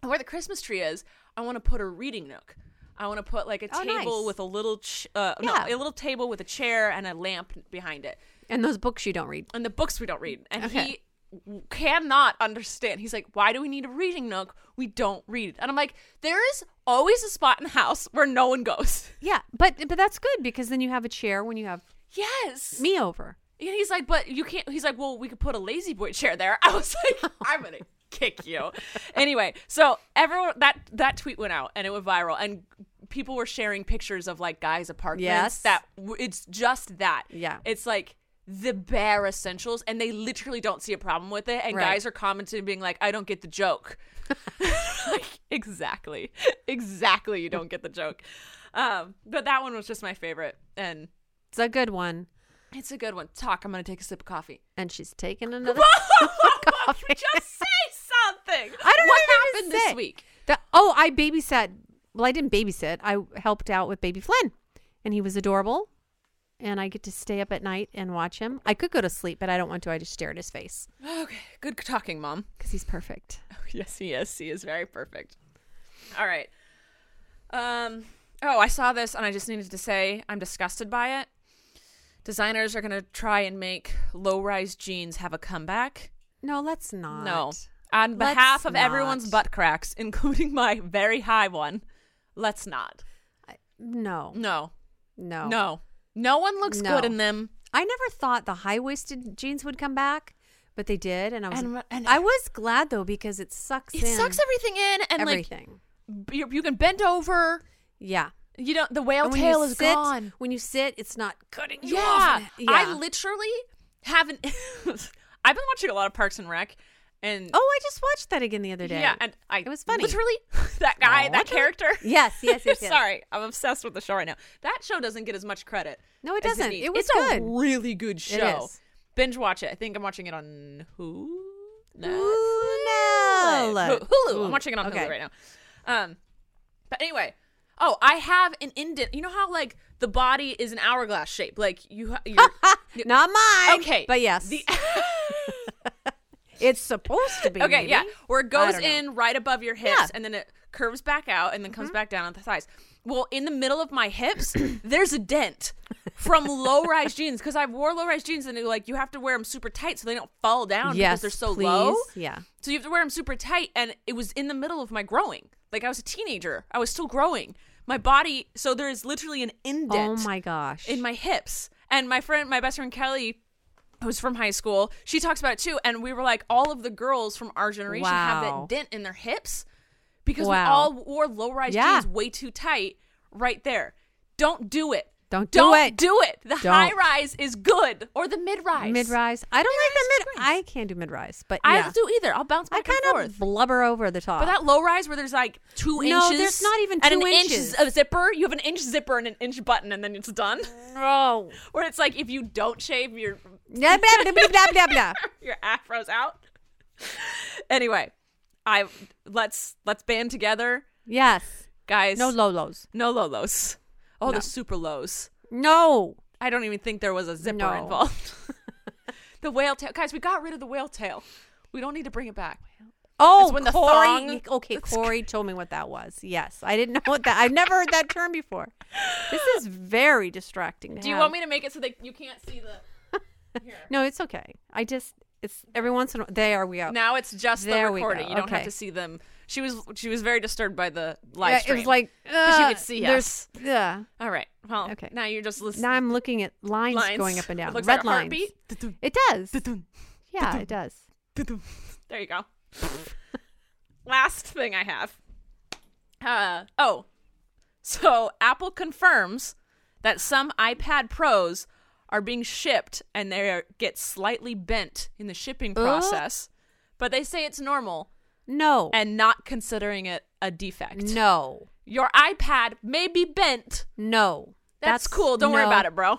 [SPEAKER 2] where the Christmas tree is, I want to put a reading nook. I want to put like a
[SPEAKER 3] Oh,
[SPEAKER 2] table
[SPEAKER 3] nice.
[SPEAKER 2] with a little ch- uh,
[SPEAKER 3] Yeah.
[SPEAKER 2] no, a little table with a chair and a lamp behind it
[SPEAKER 3] And those books you don't read.
[SPEAKER 2] and the books we don't read. And
[SPEAKER 3] Okay.
[SPEAKER 2] he w- cannot understand. He's like, why do we need a reading nook? We don't read. And I'm like, there is always a spot in the house where no one goes.
[SPEAKER 3] Yeah, but but that's good because then you have a chair when you have
[SPEAKER 2] Yes.
[SPEAKER 3] me over.
[SPEAKER 2] And he's like, but you can't. He's like, well, we could put a lazy boy chair there. I was like, I'm gonna kick you. Anyway, so everyone that that tweet went out and it went viral, and people were sharing pictures of like guys' apartments.
[SPEAKER 3] Yes.
[SPEAKER 2] that w- it's just that.
[SPEAKER 3] Yeah.
[SPEAKER 2] it's like the bare essentials, and they literally don't see a problem with it. And
[SPEAKER 3] Right.
[SPEAKER 2] guys are commenting, being like, I don't get the joke. like exactly, exactly, you don't get the joke. Um, but that one was just my favorite, and
[SPEAKER 3] It's a good one.
[SPEAKER 2] it's a good one. Talk. I'm gonna take a sip of coffee.
[SPEAKER 3] And she's taking another.
[SPEAKER 2] Oh You just say something.
[SPEAKER 3] I don't
[SPEAKER 2] what
[SPEAKER 3] know
[SPEAKER 2] happened
[SPEAKER 3] what to
[SPEAKER 2] this
[SPEAKER 3] say.
[SPEAKER 2] week.
[SPEAKER 3] The- oh, I babysat. Well, I didn't babysit. I helped out with baby Flynn, and he was adorable. And I get to stay up at night and watch him. I could go to sleep, but I don't want to. I just stare at his face
[SPEAKER 2] Okay, good talking, mom.
[SPEAKER 3] because he's perfect.
[SPEAKER 2] yes, he is. He is very perfect. All right. Um. Oh, I saw this, and I just needed to say I'm disgusted by it. Designers are gonna try and make low-rise jeans have a comeback.
[SPEAKER 3] No, let's not.
[SPEAKER 2] No. On
[SPEAKER 3] Let's
[SPEAKER 2] behalf of everyone's
[SPEAKER 3] not.
[SPEAKER 2] butt cracks, including my very high one, let's not.
[SPEAKER 3] no,
[SPEAKER 2] No,
[SPEAKER 3] no,
[SPEAKER 2] no, no one looks
[SPEAKER 3] No.
[SPEAKER 2] good in them.
[SPEAKER 3] I never thought the high waisted jeans would come back, but they did, and I was.
[SPEAKER 2] And- and-
[SPEAKER 3] I was glad though because it sucks.
[SPEAKER 2] It
[SPEAKER 3] in
[SPEAKER 2] sucks everything in, and like
[SPEAKER 3] everything.
[SPEAKER 2] you you can bend over.
[SPEAKER 3] yeah.
[SPEAKER 2] You know the whale
[SPEAKER 3] And when you
[SPEAKER 2] tail is
[SPEAKER 3] sit-
[SPEAKER 2] gone.
[SPEAKER 3] When you sit, it's not cutting you
[SPEAKER 2] Yeah.
[SPEAKER 3] off.
[SPEAKER 2] I literally haven't. I've been watching a lot of Parks and Rec, and
[SPEAKER 3] Oh, I just watched that again the other day.
[SPEAKER 2] yeah, and I
[SPEAKER 3] It was funny.
[SPEAKER 2] Literally, that guy, that
[SPEAKER 3] watch it.
[SPEAKER 2] character.
[SPEAKER 3] Yes, yes, yes, yes.
[SPEAKER 2] Sorry, I'm obsessed with the show right now. That show doesn't get as much credit.
[SPEAKER 3] No, it
[SPEAKER 2] as
[SPEAKER 3] doesn't.
[SPEAKER 2] needs.
[SPEAKER 3] It was
[SPEAKER 2] it's
[SPEAKER 3] good.
[SPEAKER 2] a really good show.
[SPEAKER 3] is.
[SPEAKER 2] Binge watch it. I think I'm watching it on Hulu.
[SPEAKER 3] Hulu.
[SPEAKER 2] Hulu. Hulu. I'm watching it on
[SPEAKER 3] Okay.
[SPEAKER 2] Hulu right now. Um, but anyway, oh, I have an indent. You know how like the body is an hourglass shape. Like you, ha- you're,
[SPEAKER 3] Not mine.
[SPEAKER 2] Okay.
[SPEAKER 3] But yes.
[SPEAKER 2] The-
[SPEAKER 3] it's supposed to be.
[SPEAKER 2] okay, yeah,
[SPEAKER 3] maybe.
[SPEAKER 2] where it goes
[SPEAKER 3] don't know.
[SPEAKER 2] in right above your hips
[SPEAKER 3] Yeah. Mm-hmm.
[SPEAKER 2] and then it curves back out and then comes back down at the thighs. Well, in the middle of my hips, there's a dent from low-rise jeans because I wore low-rise jeans and they're like you have to wear them super tight so they don't fall down because
[SPEAKER 3] Yes,
[SPEAKER 2] they're so
[SPEAKER 3] please.
[SPEAKER 2] low.
[SPEAKER 3] Yeah.
[SPEAKER 2] So you have to wear them super tight, and it was in the middle of my growing. Like I was a teenager, I was still growing. My body, so there is literally an indent
[SPEAKER 3] Oh my gosh.
[SPEAKER 2] in my hips. And my friend, my best friend Kelly, who's from high school, she talks about it too. And we were like, all of the girls from our generation have
[SPEAKER 3] Wow.
[SPEAKER 2] that dent in their hips because we
[SPEAKER 3] Wow.
[SPEAKER 2] all wore low rise
[SPEAKER 3] Yeah.
[SPEAKER 2] jeans way too tight right there. Don't do it.
[SPEAKER 3] Don't do
[SPEAKER 2] Don't
[SPEAKER 3] it.
[SPEAKER 2] do it. The
[SPEAKER 3] Don't.
[SPEAKER 2] high rise is good or the mid rise.
[SPEAKER 3] mid rise. I don't
[SPEAKER 2] Mid-rise
[SPEAKER 3] like
[SPEAKER 2] is
[SPEAKER 3] the
[SPEAKER 2] great.
[SPEAKER 3] mid. I can't do mid rise, but
[SPEAKER 2] I
[SPEAKER 3] yeah.
[SPEAKER 2] don't do either. I'll bounce
[SPEAKER 3] I
[SPEAKER 2] back and
[SPEAKER 3] kind
[SPEAKER 2] forth.
[SPEAKER 3] of blubber over the top.
[SPEAKER 2] But that low rise where there's like two
[SPEAKER 3] No,
[SPEAKER 2] inches.
[SPEAKER 3] there's not even
[SPEAKER 2] and
[SPEAKER 3] two
[SPEAKER 2] an
[SPEAKER 3] inches.
[SPEAKER 2] inch of zipper. You have an inch zipper and an inch button, and then it's done.
[SPEAKER 3] oh.
[SPEAKER 2] Where it's like if you don't shave your
[SPEAKER 3] Blah, blah, blah, blah, blah, blah, blah.
[SPEAKER 2] your afro's out. anyway, I let's let's band together,
[SPEAKER 3] Yes.
[SPEAKER 2] guys.
[SPEAKER 3] No lolos.
[SPEAKER 2] no lolos. Oh,
[SPEAKER 3] No.
[SPEAKER 2] the super lows.
[SPEAKER 3] No.
[SPEAKER 2] I don't even think there was a zipper
[SPEAKER 3] No.
[SPEAKER 2] involved. the whale tail, guys. We got rid of the whale tail. We don't need to bring it back.
[SPEAKER 3] Oh,
[SPEAKER 2] It's when the
[SPEAKER 3] Corey.
[SPEAKER 2] thong-
[SPEAKER 3] Okay,
[SPEAKER 2] It's-
[SPEAKER 3] Corey told me what that was. Yes, I didn't know what that. I've never heard that term before. This is very distracting. To
[SPEAKER 2] Do you
[SPEAKER 3] have.
[SPEAKER 2] want me to make it so that you can't see the?
[SPEAKER 3] No, it's okay. I just it's every once in a while. There we go.
[SPEAKER 2] Now it's just
[SPEAKER 3] There
[SPEAKER 2] the
[SPEAKER 3] we go.
[SPEAKER 2] recording. You don't have
[SPEAKER 3] Okay.
[SPEAKER 2] to see them. She was she was very disturbed by the live
[SPEAKER 3] Yeah, it
[SPEAKER 2] stream.
[SPEAKER 3] was like
[SPEAKER 2] 'Cause
[SPEAKER 3] uh,
[SPEAKER 2] you could see
[SPEAKER 3] there's- Yeah.
[SPEAKER 2] all right, well,
[SPEAKER 3] Okay.
[SPEAKER 2] okay. Now you're just listening.
[SPEAKER 3] Now I'm looking at lines,
[SPEAKER 2] lines
[SPEAKER 3] going up and down.
[SPEAKER 2] It looks
[SPEAKER 3] Red
[SPEAKER 2] like a
[SPEAKER 3] lines.
[SPEAKER 2] heartbeat.
[SPEAKER 3] It does. Yeah, it does.
[SPEAKER 2] There you go. Last thing I have. Uh oh. So Apple confirms that some iPad Pros are being shipped and they are, get slightly bent in the shipping
[SPEAKER 3] Uh?
[SPEAKER 2] process, but they say it's normal
[SPEAKER 3] No.
[SPEAKER 2] and not considering it a defect.
[SPEAKER 3] no.
[SPEAKER 2] Your iPad may be bent.
[SPEAKER 3] No.
[SPEAKER 2] That's, cool. Don't worry
[SPEAKER 3] no.
[SPEAKER 2] about it, bro.
[SPEAKER 3] I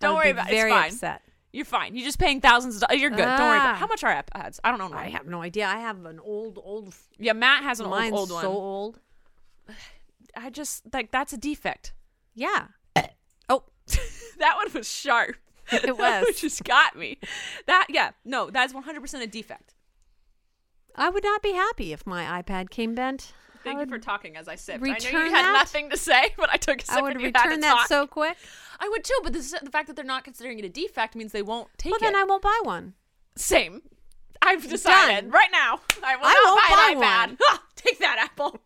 [SPEAKER 2] Don't
[SPEAKER 3] would
[SPEAKER 2] worry
[SPEAKER 3] be
[SPEAKER 2] about it.
[SPEAKER 3] Very
[SPEAKER 2] It's fine.
[SPEAKER 3] upset.
[SPEAKER 2] You're fine. You're just paying thousands of dollars. You're good. Don't worry about
[SPEAKER 3] Ah.
[SPEAKER 2] it. How much are iPads? I don't know.
[SPEAKER 3] I
[SPEAKER 2] mine.
[SPEAKER 3] have no idea. I have an old, old.
[SPEAKER 2] Yeah, Matt has an
[SPEAKER 3] Mine's
[SPEAKER 2] old, old one.
[SPEAKER 3] so old.
[SPEAKER 2] I just like that's a defect.
[SPEAKER 3] Yeah. oh,
[SPEAKER 2] That one was sharp.
[SPEAKER 3] It
[SPEAKER 2] That one
[SPEAKER 3] was.
[SPEAKER 2] just got me. That yeah, no, that's 100% a defect.
[SPEAKER 3] I would not be happy if my iPad came bent.
[SPEAKER 2] Thank
[SPEAKER 3] I
[SPEAKER 2] you
[SPEAKER 3] would,
[SPEAKER 2] for talking as I sipped. I know
[SPEAKER 3] return
[SPEAKER 2] you had
[SPEAKER 3] that.
[SPEAKER 2] nothing to say, but I took a sip
[SPEAKER 3] I would
[SPEAKER 2] and you had to
[SPEAKER 3] return that
[SPEAKER 2] talk.
[SPEAKER 3] so quick.
[SPEAKER 2] I would too, but this, the fact that they're not considering it a defect means they won't take
[SPEAKER 3] Well,
[SPEAKER 2] it.
[SPEAKER 3] then I won't buy one.
[SPEAKER 2] Same. I've decided right now. I will
[SPEAKER 3] I
[SPEAKER 2] not buy
[SPEAKER 3] won't buy
[SPEAKER 2] an iPad. Ha! Take that, Apple.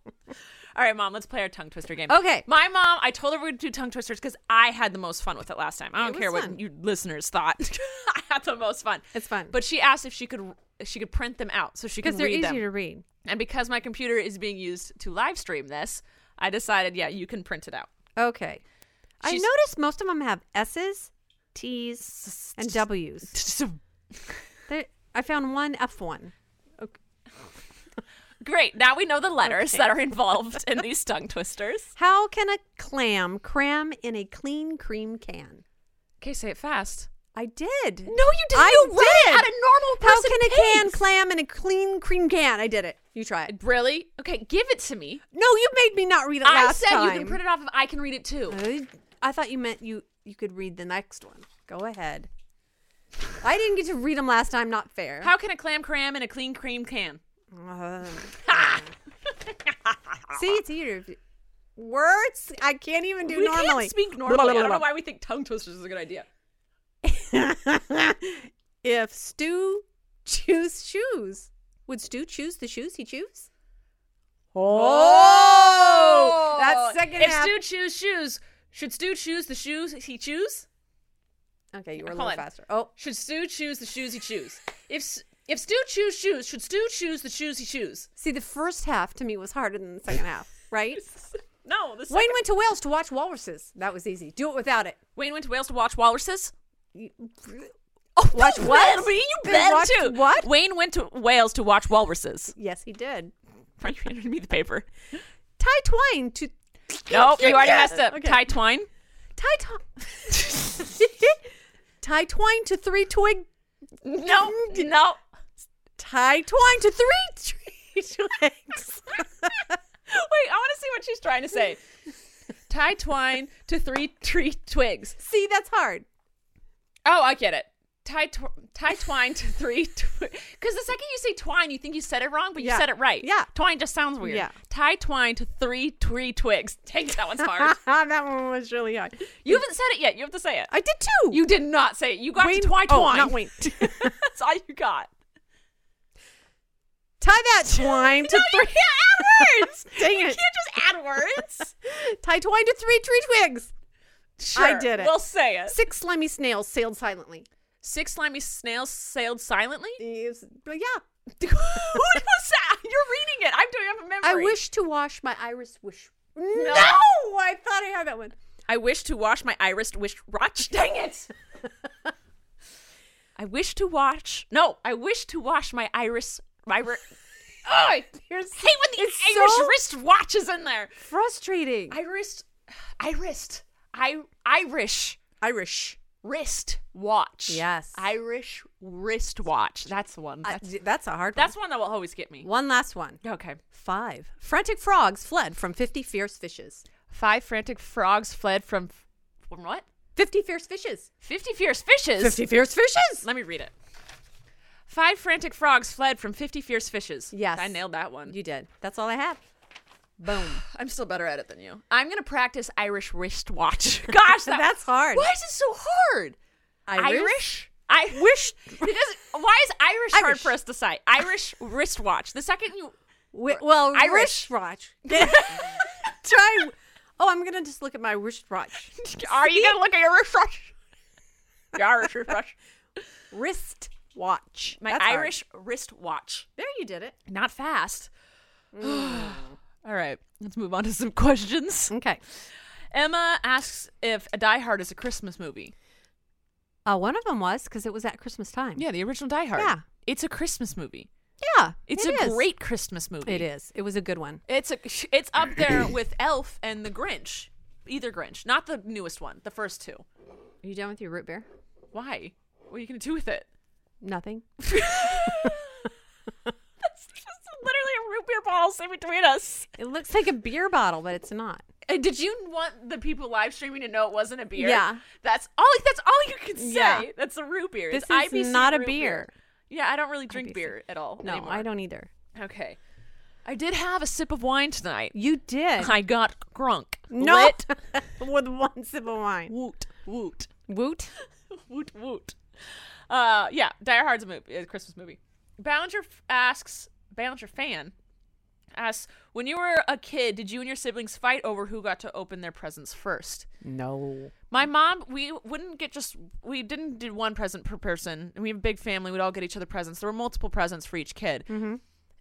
[SPEAKER 2] All right, mom. Let's play our tongue twister game.
[SPEAKER 3] Okay.
[SPEAKER 2] My mom. I told her we'd do tongue twisters because I had the most fun with it last time. I
[SPEAKER 3] It
[SPEAKER 2] don't
[SPEAKER 3] was
[SPEAKER 2] care
[SPEAKER 3] fun.
[SPEAKER 2] what you listeners thought. I had the most fun.
[SPEAKER 3] It's fun.
[SPEAKER 2] But she asked if she could if she could print them out so she
[SPEAKER 3] Because
[SPEAKER 2] could
[SPEAKER 3] they're
[SPEAKER 2] read
[SPEAKER 3] easier
[SPEAKER 2] them.
[SPEAKER 3] to read.
[SPEAKER 2] and because my computer is being used to live stream this, I decided yeah you can print it out.
[SPEAKER 3] Okay. I
[SPEAKER 2] She's-
[SPEAKER 3] noticed most of them have S's, T's, and W's. There- I found one F one.
[SPEAKER 2] Great. Now we know the letters
[SPEAKER 3] Okay.
[SPEAKER 2] that are involved in these tongue twisters.
[SPEAKER 3] How can a clam cram in a clean cream can?
[SPEAKER 2] Okay, say it fast.
[SPEAKER 3] I did.
[SPEAKER 2] No, you didn't.
[SPEAKER 3] I
[SPEAKER 2] you read it
[SPEAKER 3] did.
[SPEAKER 2] at a normal
[SPEAKER 3] How
[SPEAKER 2] person.
[SPEAKER 3] can a can
[SPEAKER 2] pace.
[SPEAKER 3] clam in a clean cream can? I did it. You try it.
[SPEAKER 2] Really? Okay, give it to me.
[SPEAKER 3] No, you made me not read it
[SPEAKER 2] I
[SPEAKER 3] last
[SPEAKER 2] said
[SPEAKER 3] time. Oh,
[SPEAKER 2] you can print it off if I can read it too.
[SPEAKER 3] I, I thought you meant you you could read the next one. Go ahead. I didn't get to read them last time. Not fair.
[SPEAKER 2] How can a clam cram in a clean cream can?
[SPEAKER 3] Uh, see, it's either words I can't even do
[SPEAKER 2] we
[SPEAKER 3] normally.
[SPEAKER 2] can't speak normally. I don't know why we think tongue twisters is a good idea.
[SPEAKER 3] if Stu choose shoes, would Stu choose the shoes he choose? Oh, that's second
[SPEAKER 2] If
[SPEAKER 3] half.
[SPEAKER 2] Stu choose shoes, should Stu choose the shoes he choose?
[SPEAKER 3] okay, you were a
[SPEAKER 2] Hold
[SPEAKER 3] little
[SPEAKER 2] on.
[SPEAKER 3] faster. Oh,
[SPEAKER 2] Should Stu choose the shoes he choose? If S- if Stu choose shoes, should Stu choose the shoes he choose?
[SPEAKER 3] see, the first half to me was harder than the second half, right?
[SPEAKER 2] No, the
[SPEAKER 3] Wayne
[SPEAKER 2] second-
[SPEAKER 3] went to Wales to watch walruses. That was easy. Do it without it.
[SPEAKER 2] Wayne went to Wales to watch walruses. Oh,
[SPEAKER 3] Watch
[SPEAKER 2] no,
[SPEAKER 3] what?
[SPEAKER 2] man, but you
[SPEAKER 3] They
[SPEAKER 2] bet
[SPEAKER 3] watched
[SPEAKER 2] too.
[SPEAKER 3] what?
[SPEAKER 2] Wayne went to Wales to watch walruses.
[SPEAKER 3] Yes, he did.
[SPEAKER 2] You handed me the paper.
[SPEAKER 3] Ty Twine to
[SPEAKER 2] Nope, you already messed up. Tie twine.
[SPEAKER 3] Ty Twine. Ty Twine to three twig.
[SPEAKER 2] No,
[SPEAKER 3] Mm-hmm.
[SPEAKER 2] no.
[SPEAKER 3] Ty Twine to three tree twigs.
[SPEAKER 2] Wait, I want to see what she's trying to say. Tie twine to three tree twigs.
[SPEAKER 3] See, that's hard.
[SPEAKER 2] Oh, I get it. Tie, tw- tie twine to three. Because the second you say twine, you think you said it wrong, but you
[SPEAKER 3] Yeah.
[SPEAKER 2] said it right.
[SPEAKER 3] Yeah.
[SPEAKER 2] Twine just sounds weird.
[SPEAKER 3] Yeah.
[SPEAKER 2] Tie twine to three tree twigs. Dang, that one's hard.
[SPEAKER 3] that one was really hard.
[SPEAKER 2] you haven't said it yet. You have to say it.
[SPEAKER 3] I did too.
[SPEAKER 2] you did not say it. You got
[SPEAKER 3] Wayne-
[SPEAKER 2] to twine
[SPEAKER 3] Oh,
[SPEAKER 2] twine.
[SPEAKER 3] not Wayne.
[SPEAKER 2] That's all you got.
[SPEAKER 3] Tie that twine to
[SPEAKER 2] no, you
[SPEAKER 3] three.
[SPEAKER 2] can't add words.
[SPEAKER 3] Dang
[SPEAKER 2] You can't
[SPEAKER 3] it.
[SPEAKER 2] just add words.
[SPEAKER 3] Tie twine to three tree twigs.
[SPEAKER 2] Sure,
[SPEAKER 3] I did it.
[SPEAKER 2] We'll say it.
[SPEAKER 3] Six slimy snails sailed silently.
[SPEAKER 2] Six slimy snails sailed silently.
[SPEAKER 3] Is- but yeah.
[SPEAKER 2] Who was that? You're reading it. I'm doing it from
[SPEAKER 3] I
[SPEAKER 2] memory.
[SPEAKER 3] wish to wash my iris wish. No! I thought I had that one.
[SPEAKER 2] I wish to wash my iris wish watch. Dang it! I wish to wash. No, I wish to wash my iris. My. ri- Oh, I hate when
[SPEAKER 3] Here's
[SPEAKER 2] the
[SPEAKER 3] it's
[SPEAKER 2] Irish
[SPEAKER 3] so
[SPEAKER 2] wrist watch is in there.
[SPEAKER 3] frustrating.
[SPEAKER 2] Iris, iris, I Irish
[SPEAKER 3] Irish.
[SPEAKER 2] wrist watch.
[SPEAKER 3] Yes.
[SPEAKER 2] Irish wrist watch. That's the one. That's,
[SPEAKER 3] That's, that's a hard
[SPEAKER 2] that's one that will always get me.
[SPEAKER 3] one. One last one.
[SPEAKER 2] Okay.
[SPEAKER 3] Five. Frantic frogs fled from 50 fierce fishes.
[SPEAKER 2] Five frantic frogs fled from f- from what?
[SPEAKER 3] 50 fierce fishes.
[SPEAKER 2] Fifty fierce fishes.
[SPEAKER 3] fierce fishes.
[SPEAKER 2] Let me read it. Five frantic frogs fled from 50 fierce fishes.
[SPEAKER 3] Yes.
[SPEAKER 2] I nailed that one.
[SPEAKER 3] You did. That's all I had.
[SPEAKER 2] Boom. I'm still better at it than you. I'm going to practice Irish wristwatch. Gosh, that-
[SPEAKER 3] That's hard.
[SPEAKER 2] Why is it so hard? I wish. It doesn't, why is Irish, hard
[SPEAKER 3] Irish.
[SPEAKER 2] for us to say? Irish wristwatch. The second you.
[SPEAKER 3] Wi- well,
[SPEAKER 2] Irish.
[SPEAKER 3] wrist watch. Try. Oh, I'm gonna just look at my wrist watch.
[SPEAKER 2] Are you going to look at your wristwatch? Your Irish wristwatch.
[SPEAKER 3] Wrist watch.
[SPEAKER 2] My
[SPEAKER 3] That's hard.
[SPEAKER 2] Irish wristwatch. Mm.
[SPEAKER 3] There, you did it.
[SPEAKER 2] Not fast. All right. Let's move on to some questions.
[SPEAKER 3] Okay.
[SPEAKER 2] Emma asks if a Die Hard is a Christmas movie.
[SPEAKER 3] Uh, one of them was because it was at Christmas time.
[SPEAKER 2] Yeah, the original Die Hard.
[SPEAKER 3] Yeah.
[SPEAKER 2] it's a Christmas movie.
[SPEAKER 3] Yeah,
[SPEAKER 2] It's
[SPEAKER 3] it
[SPEAKER 2] a
[SPEAKER 3] is.
[SPEAKER 2] great Christmas movie.
[SPEAKER 3] It is. It was a good one.
[SPEAKER 2] It's a. It's up there with Elf and The Grinch. Either Grinch, not the newest one, the first two.
[SPEAKER 3] Are you done with your root beer?
[SPEAKER 2] Why? What are you gonna do with it?
[SPEAKER 3] Nothing.
[SPEAKER 2] That's just literally a root beer bottle sitting between us.
[SPEAKER 3] It looks like a beer bottle, but it's not.
[SPEAKER 2] And Uh, did you want the people live streaming to know it wasn't a beer?
[SPEAKER 3] Yeah.
[SPEAKER 2] That's all. That's all you can say.
[SPEAKER 3] Yeah.
[SPEAKER 2] That's a root beer.
[SPEAKER 3] This
[SPEAKER 2] It's
[SPEAKER 3] is
[SPEAKER 2] IBC
[SPEAKER 3] not a
[SPEAKER 2] root
[SPEAKER 3] beer.
[SPEAKER 2] Yeah, I don't really drink
[SPEAKER 3] IBC.
[SPEAKER 2] beer at all.
[SPEAKER 3] No,
[SPEAKER 2] anymore.
[SPEAKER 3] I don't either.
[SPEAKER 2] Okay. I did have a sip of wine tonight.
[SPEAKER 3] You did.
[SPEAKER 2] I got grunk.
[SPEAKER 3] not with one sip of wine.
[SPEAKER 2] Woot, woot,
[SPEAKER 3] Woot.
[SPEAKER 2] woot, woot. Uh, yeah, Die Hard's a, movie, a Christmas movie. Ballinger f- asks, Ballinger fan asks, when you were a kid, did you and your siblings fight over who got to open their presents first?
[SPEAKER 3] No.
[SPEAKER 2] My mom, we wouldn't get just, we didn't do one present per person. And we have a big family. We'd all get each other presents. There were multiple presents for each kid. Mm-hmm.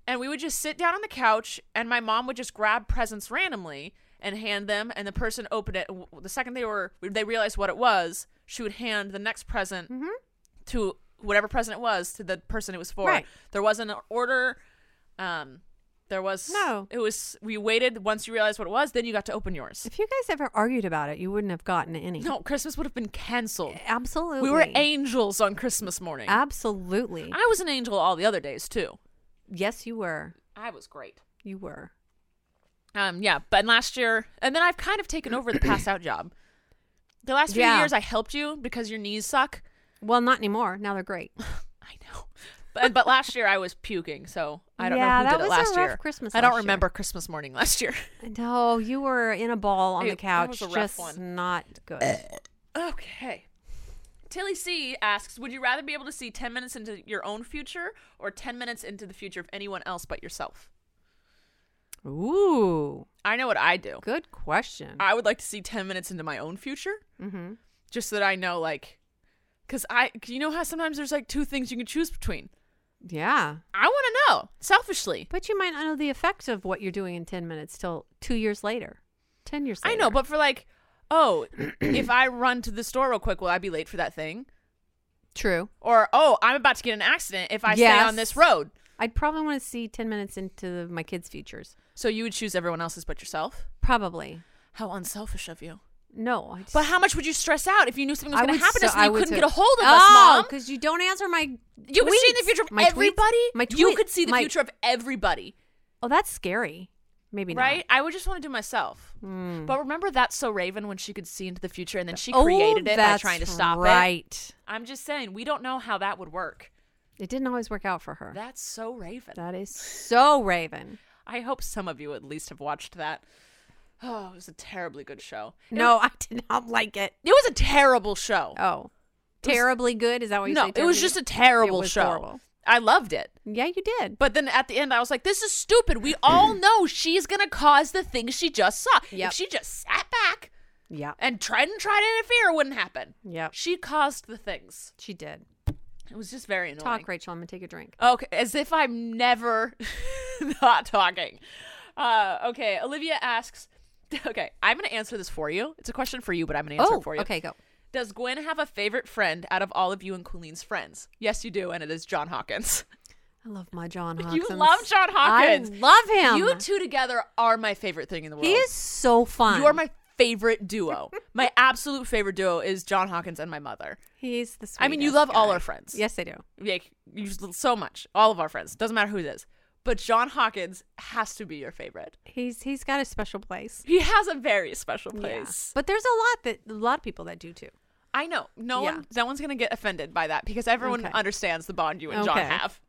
[SPEAKER 2] And we would just sit down on the couch, and my mom would just grab presents randomly and hand them. And the person opened it. W- The second they were, they realized what it was, she would hand the next present
[SPEAKER 3] Mm-hmm.
[SPEAKER 2] to whatever present it was to the person it was for.
[SPEAKER 3] Right.
[SPEAKER 2] There wasn't an order. Um, there was
[SPEAKER 3] No.
[SPEAKER 2] It was we waited. Once you realized what it was, then you got to open yours.
[SPEAKER 3] If you guys ever argued about it, you wouldn't have gotten any.
[SPEAKER 2] No, Christmas would have been canceled.
[SPEAKER 3] Absolutely.
[SPEAKER 2] We were angels on Christmas morning.
[SPEAKER 3] Absolutely.
[SPEAKER 2] I was an angel all the other days too.
[SPEAKER 3] yes, you were.
[SPEAKER 2] I was great.
[SPEAKER 3] You were.
[SPEAKER 2] Um, yeah, but last year, and then I've kind of taken over the pass out job. The last few
[SPEAKER 3] Yeah.
[SPEAKER 2] years, I helped you because your knees suck.
[SPEAKER 3] Well, not anymore. Now they're great.
[SPEAKER 2] I know, but, but last year I was puking, so I don't
[SPEAKER 3] Yeah,
[SPEAKER 2] know who
[SPEAKER 3] that
[SPEAKER 2] did it
[SPEAKER 3] was a
[SPEAKER 2] last
[SPEAKER 3] rough
[SPEAKER 2] year.
[SPEAKER 3] Christmas
[SPEAKER 2] I don't
[SPEAKER 3] last year.
[SPEAKER 2] remember Christmas morning last year.
[SPEAKER 3] No, you were in a ball on
[SPEAKER 2] It-
[SPEAKER 3] the
[SPEAKER 2] that
[SPEAKER 3] couch.
[SPEAKER 2] was a rough
[SPEAKER 3] just
[SPEAKER 2] one.
[SPEAKER 3] not good.
[SPEAKER 2] okay. Tilly C asks, "Would you rather be able to see ten minutes into your own future or ten minutes into the future of anyone else but yourself?"
[SPEAKER 3] Ooh.
[SPEAKER 2] I know what I do.
[SPEAKER 3] Good question.
[SPEAKER 2] I would like to see 10 minutes into my own future
[SPEAKER 3] mm-hmm.
[SPEAKER 2] just so that I know, like, because I, 'cause you know how sometimes there's like two things you can choose between.
[SPEAKER 3] Yeah.
[SPEAKER 2] I want to know selfishly.
[SPEAKER 3] But you might not know the effect of what you're doing in 10 minutes till two years later, 10 years
[SPEAKER 2] I
[SPEAKER 3] later.
[SPEAKER 2] know, but for like, oh, if I run to the store real quick, will I be late for that thing?
[SPEAKER 3] True.
[SPEAKER 2] Or oh, I'm about to get in an accident if I stay on this
[SPEAKER 3] Yes.
[SPEAKER 2] road.
[SPEAKER 3] I'd probably want to see 10 minutes into my kids' futures.
[SPEAKER 2] So you would choose everyone else's but yourself.
[SPEAKER 3] Probably.
[SPEAKER 2] How unselfish of you.
[SPEAKER 3] No. I just,
[SPEAKER 2] But how much would you stress out if you knew something was going to happen to us
[SPEAKER 3] so-
[SPEAKER 2] and
[SPEAKER 3] I
[SPEAKER 2] you
[SPEAKER 3] would
[SPEAKER 2] couldn't
[SPEAKER 3] so-
[SPEAKER 2] get a hold of
[SPEAKER 3] oh,
[SPEAKER 2] us, mom?
[SPEAKER 3] because you don't answer my.
[SPEAKER 2] You could see in the
[SPEAKER 3] tweets.
[SPEAKER 2] future of
[SPEAKER 3] My tweets?
[SPEAKER 2] everybody.
[SPEAKER 3] My
[SPEAKER 2] you
[SPEAKER 3] tweets.
[SPEAKER 2] could see the
[SPEAKER 3] My-
[SPEAKER 2] future of everybody,
[SPEAKER 3] Oh, that's scary. Maybe not. Hmm.
[SPEAKER 2] right? I would just want to do myself. But remember that's so Raven when she could see into the future and then she
[SPEAKER 3] Oh,
[SPEAKER 2] created it by
[SPEAKER 3] that's
[SPEAKER 2] trying to stop it.
[SPEAKER 3] Right.
[SPEAKER 2] I'm just saying we don't know how that would work.
[SPEAKER 3] It didn't always work out for her.
[SPEAKER 2] That's so Raven.
[SPEAKER 3] that is so Raven.
[SPEAKER 2] I hope some of you at least have watched that. Oh, it was a terribly good show.
[SPEAKER 3] No, I did not like it.
[SPEAKER 2] It was a terrible show.
[SPEAKER 3] Oh,
[SPEAKER 2] was-
[SPEAKER 3] terribly good. Is that what Oh, you
[SPEAKER 2] no,
[SPEAKER 3] say?
[SPEAKER 2] it was
[SPEAKER 3] terribly
[SPEAKER 2] just a
[SPEAKER 3] good?
[SPEAKER 2] terrible
[SPEAKER 3] It was
[SPEAKER 2] show.
[SPEAKER 3] horrible.
[SPEAKER 2] I loved it.
[SPEAKER 3] Yeah, you did.
[SPEAKER 2] But then at the end, I was like, this is stupid. We all know she's going to cause the thing she just saw. If
[SPEAKER 3] Yep.
[SPEAKER 2] she just sat back
[SPEAKER 3] Yeah,
[SPEAKER 2] and tried and tried to interfere, it wouldn't happen.
[SPEAKER 3] Yep.
[SPEAKER 2] She caused the things.
[SPEAKER 3] she did.
[SPEAKER 2] It was just very annoying.
[SPEAKER 3] Talk, Rachel. I'm gonna take a drink.
[SPEAKER 2] Okay, as if I'm never not talking. Uh, okay, Olivia asks. Okay, I'm going to answer this for you. It's a question for you, but I'm going to answer
[SPEAKER 3] oh,
[SPEAKER 2] it for you.
[SPEAKER 3] okay, go.
[SPEAKER 2] Does Gwen have a favorite friend out of all of you and Colleen's friends? Yes, you do, and it is John Hawkins.
[SPEAKER 3] I love my John Hawkins.
[SPEAKER 2] You love John Hawkins.
[SPEAKER 3] I love him.
[SPEAKER 2] You two together are my favorite thing in the world.
[SPEAKER 3] He is so fun.
[SPEAKER 2] You are my favorite duo. my absolute favorite duo is John Hawkins and my mother.
[SPEAKER 3] He's the.
[SPEAKER 2] I mean, you
[SPEAKER 3] sweetest
[SPEAKER 2] love all
[SPEAKER 3] guy.
[SPEAKER 2] our friends.
[SPEAKER 3] Yes, I do.
[SPEAKER 2] Like, you just- so much. All of our friends. Doesn't matter who it is. But John Hawkins has to be your favorite.
[SPEAKER 3] He's he's got a special place.
[SPEAKER 2] He has a very special
[SPEAKER 3] Yeah.
[SPEAKER 2] place.
[SPEAKER 3] But there's a lot that a lot of people that do too.
[SPEAKER 2] I know. No
[SPEAKER 3] Yeah.
[SPEAKER 2] one no one's gonna get offended by that because everyone
[SPEAKER 3] Okay.
[SPEAKER 2] understands the bond you and John
[SPEAKER 3] Okay.
[SPEAKER 2] have.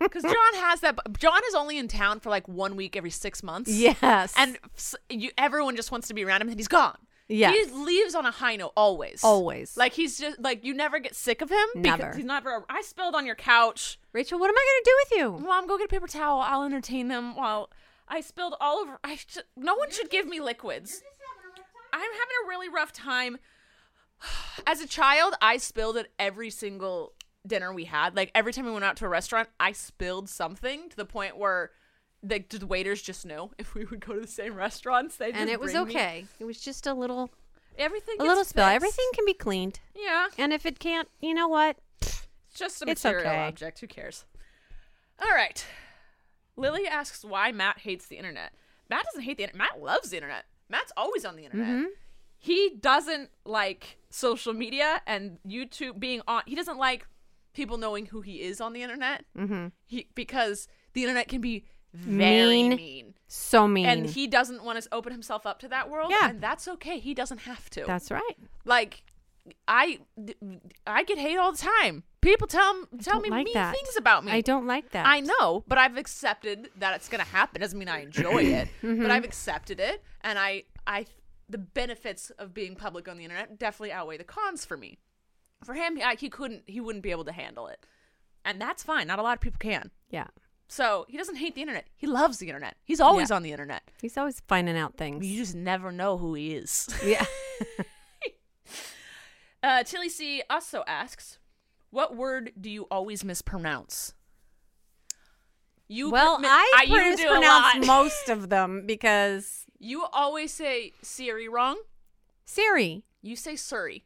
[SPEAKER 2] Because John has that John is only in town for like one week every six months.
[SPEAKER 3] Yes.
[SPEAKER 2] and s- you, everyone just wants to be around him and he's gone.
[SPEAKER 3] Yes.
[SPEAKER 2] He leaves on a high note always.
[SPEAKER 3] Always.
[SPEAKER 2] Like he's just like you never get sick of him. because
[SPEAKER 3] Never.
[SPEAKER 2] He's never. I spilled on your couch.
[SPEAKER 3] Rachel, what am I gonna do with you?
[SPEAKER 2] Mom, go get a paper towel. I'll entertain them while I spilled all over. I sh- no one should give me liquids. I'm having a really rough time. As a child, I spilled at every single dinner we had. Like every time we went out to a restaurant, I spilled something to the point where the, the waiters just knew if we would go to the same restaurants. They
[SPEAKER 3] And it was okay. It was just a little
[SPEAKER 2] Everything
[SPEAKER 3] a little
[SPEAKER 2] gets
[SPEAKER 3] spill.
[SPEAKER 2] fixed.
[SPEAKER 3] Everything can be cleaned.
[SPEAKER 2] Yeah,
[SPEAKER 3] And if it can't, you know what?
[SPEAKER 2] it's just a
[SPEAKER 3] It's
[SPEAKER 2] material
[SPEAKER 3] okay.
[SPEAKER 2] object. Who cares? All right. Lily asks why Matt hates the internet. Matt doesn't hate the internet. Matt loves the internet. Matt's always on the internet.
[SPEAKER 3] Mm-hmm.
[SPEAKER 2] He doesn't like social media and YouTube being on. He doesn't like people knowing who he is on the internet. Mm-hmm. He because the internet can be very
[SPEAKER 3] Mean.
[SPEAKER 2] mean.
[SPEAKER 3] So mean.
[SPEAKER 2] And he doesn't want to open himself up to that world.
[SPEAKER 3] Yeah.
[SPEAKER 2] And that's okay. He doesn't have to.
[SPEAKER 3] That's right.
[SPEAKER 2] like I I get hate all the time. People tell tell
[SPEAKER 3] don't
[SPEAKER 2] me
[SPEAKER 3] like
[SPEAKER 2] mean
[SPEAKER 3] that.
[SPEAKER 2] things about me.
[SPEAKER 3] I don't like that.
[SPEAKER 2] I know, but I've accepted that it's gonna happen. Doesn't mean I enjoy it,
[SPEAKER 3] Mm-hmm.
[SPEAKER 2] but I've accepted it, and I I the benefits of being public on the internet definitely outweigh the cons for me. For him, I, he couldn't he wouldn't be able to handle it, and that's fine. Not a lot of people can.
[SPEAKER 3] Yeah.
[SPEAKER 2] So he doesn't hate the internet. He loves the internet. He's always on the internet.
[SPEAKER 3] He's always finding out things.
[SPEAKER 2] You just never know who he is.
[SPEAKER 3] yeah.
[SPEAKER 2] Uh, Tilly C also asks, "What word do you always mispronounce?" You
[SPEAKER 3] well,
[SPEAKER 2] pr- mi-
[SPEAKER 3] I,
[SPEAKER 2] you do a lot.
[SPEAKER 3] mispronounce most of them because
[SPEAKER 2] You always say Siri wrong.
[SPEAKER 3] Siri,
[SPEAKER 2] You say Surrey.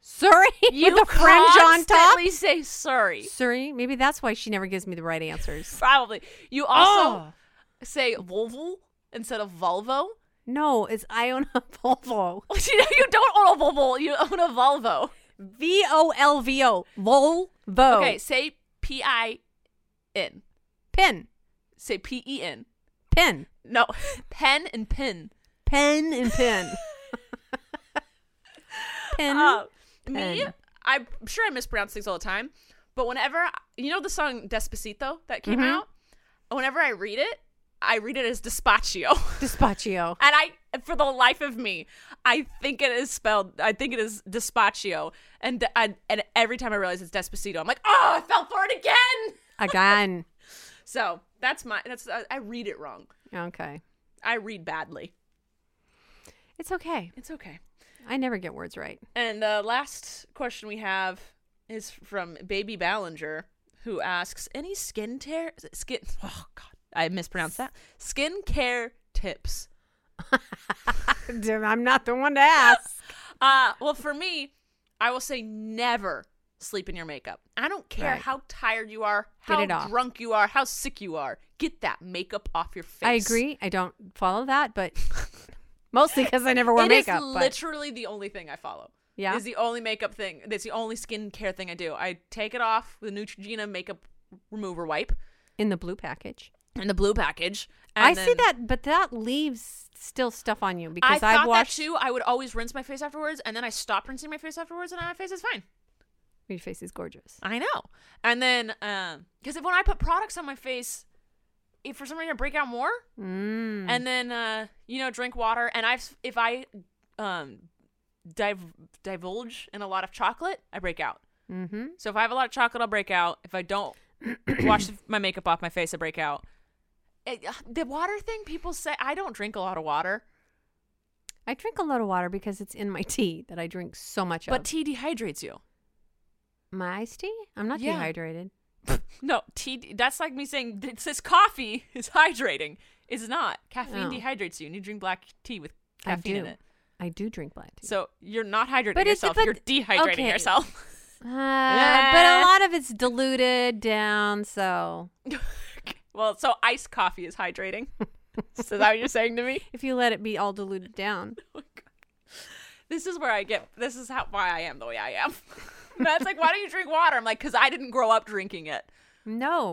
[SPEAKER 3] Surrey
[SPEAKER 2] You
[SPEAKER 3] with a French on top.
[SPEAKER 2] constantly say Surrey.
[SPEAKER 3] Surrey. Maybe that's why she never gives me the right answers. Ah.
[SPEAKER 2] Probably. You also say Volvo instead of Volvo.
[SPEAKER 3] No, it's I own a Volvo.
[SPEAKER 2] you know, you don't own a Volvo. You own a Volvo.
[SPEAKER 3] V O L V O. Volvo.
[SPEAKER 2] Okay, say P I N.
[SPEAKER 3] Pin.
[SPEAKER 2] Say P E N.
[SPEAKER 3] Pin.
[SPEAKER 2] No, pen and pin.
[SPEAKER 3] Pen and pin. pin.
[SPEAKER 2] Uh, me,
[SPEAKER 3] Pen.
[SPEAKER 2] I'm sure I mispronounce things all the time, but whenever I- you know the song Despacito that came out, whenever I read it, I read it as Despaccio, and
[SPEAKER 3] Dispaccio.
[SPEAKER 2] I, for the life of me, I think it is spelled, I think it is Despaccio, and and, and every time I realize it's Despacito, I'm like, oh, I fell for it again.
[SPEAKER 3] Again.
[SPEAKER 2] So that's my, that's I, I read it wrong.
[SPEAKER 3] Okay.
[SPEAKER 2] I read badly.
[SPEAKER 3] It's okay.
[SPEAKER 2] It's okay.
[SPEAKER 3] I never get words right.
[SPEAKER 2] And the last question we have is from Baby Ballinger, who asks any skin tear skin. Oh God, I mispronounced that. Skincare tips.
[SPEAKER 3] I'm not the one to ask.
[SPEAKER 2] Uh, well, for me, I will say never sleep in your makeup. I don't care
[SPEAKER 3] Right.
[SPEAKER 2] how tired you are,
[SPEAKER 3] Get
[SPEAKER 2] how
[SPEAKER 3] it off.
[SPEAKER 2] drunk you are, how sick you are. Get that makeup off your face.
[SPEAKER 3] I agree. I don't follow that, but mostly because I never wear
[SPEAKER 2] It is
[SPEAKER 3] makeup. but-
[SPEAKER 2] literally the only thing I follow.
[SPEAKER 3] Yeah.
[SPEAKER 2] It's the only makeup thing. That's the only skincare thing I do. I take it off with a Neutrogena makeup remover wipe
[SPEAKER 3] in the blue package.
[SPEAKER 2] and the blue package. And
[SPEAKER 3] I see
[SPEAKER 2] then-
[SPEAKER 3] that, but that leaves still stuff on you because
[SPEAKER 2] I
[SPEAKER 3] have
[SPEAKER 2] thought
[SPEAKER 3] washed
[SPEAKER 2] that too. I would always rinse my face afterwards, and then I stopped rinsing my face afterwards, and now my face is fine.
[SPEAKER 3] Your face is gorgeous.
[SPEAKER 2] I know. And then, because if when I put products on my face, if for some reason I break out more,
[SPEAKER 3] Mm.
[SPEAKER 2] and then uh, you know drink water, and I've if I um dive divulge in a lot of chocolate, I break out.
[SPEAKER 3] mm-hmm.
[SPEAKER 2] So if I have a lot of chocolate, I'll break out. If I don't wash the- my makeup off my face, I break out. It- the water thing, people say I don't drink a lot of water,
[SPEAKER 3] I drink a lot of water because it's in my tea that I drink so much
[SPEAKER 2] but
[SPEAKER 3] of.
[SPEAKER 2] tea dehydrates you.
[SPEAKER 3] my iced tea? I'm not
[SPEAKER 2] Yeah.
[SPEAKER 3] dehydrated.
[SPEAKER 2] No, tea. That's like me saying it says coffee is hydrating. It's not. Caffeine
[SPEAKER 3] Oh.
[SPEAKER 2] dehydrates you. You need to drink black tea with
[SPEAKER 3] I
[SPEAKER 2] caffeine in
[SPEAKER 3] do.
[SPEAKER 2] it.
[SPEAKER 3] I do drink black tea.
[SPEAKER 2] So you're not hydrating
[SPEAKER 3] But it's-
[SPEAKER 2] yourself.
[SPEAKER 3] but-
[SPEAKER 2] you're dehydrating
[SPEAKER 3] okay.
[SPEAKER 2] yourself.
[SPEAKER 3] Uh,
[SPEAKER 2] Yeah.
[SPEAKER 3] But a lot of it's diluted down, so
[SPEAKER 2] well, so iced coffee is hydrating. so is that what you're saying to me?
[SPEAKER 3] if you let it be all diluted down.
[SPEAKER 2] This is where I get. This is how why I am the way I am. That's like, why don't you drink water? I'm like, because I didn't grow up drinking it.
[SPEAKER 3] No,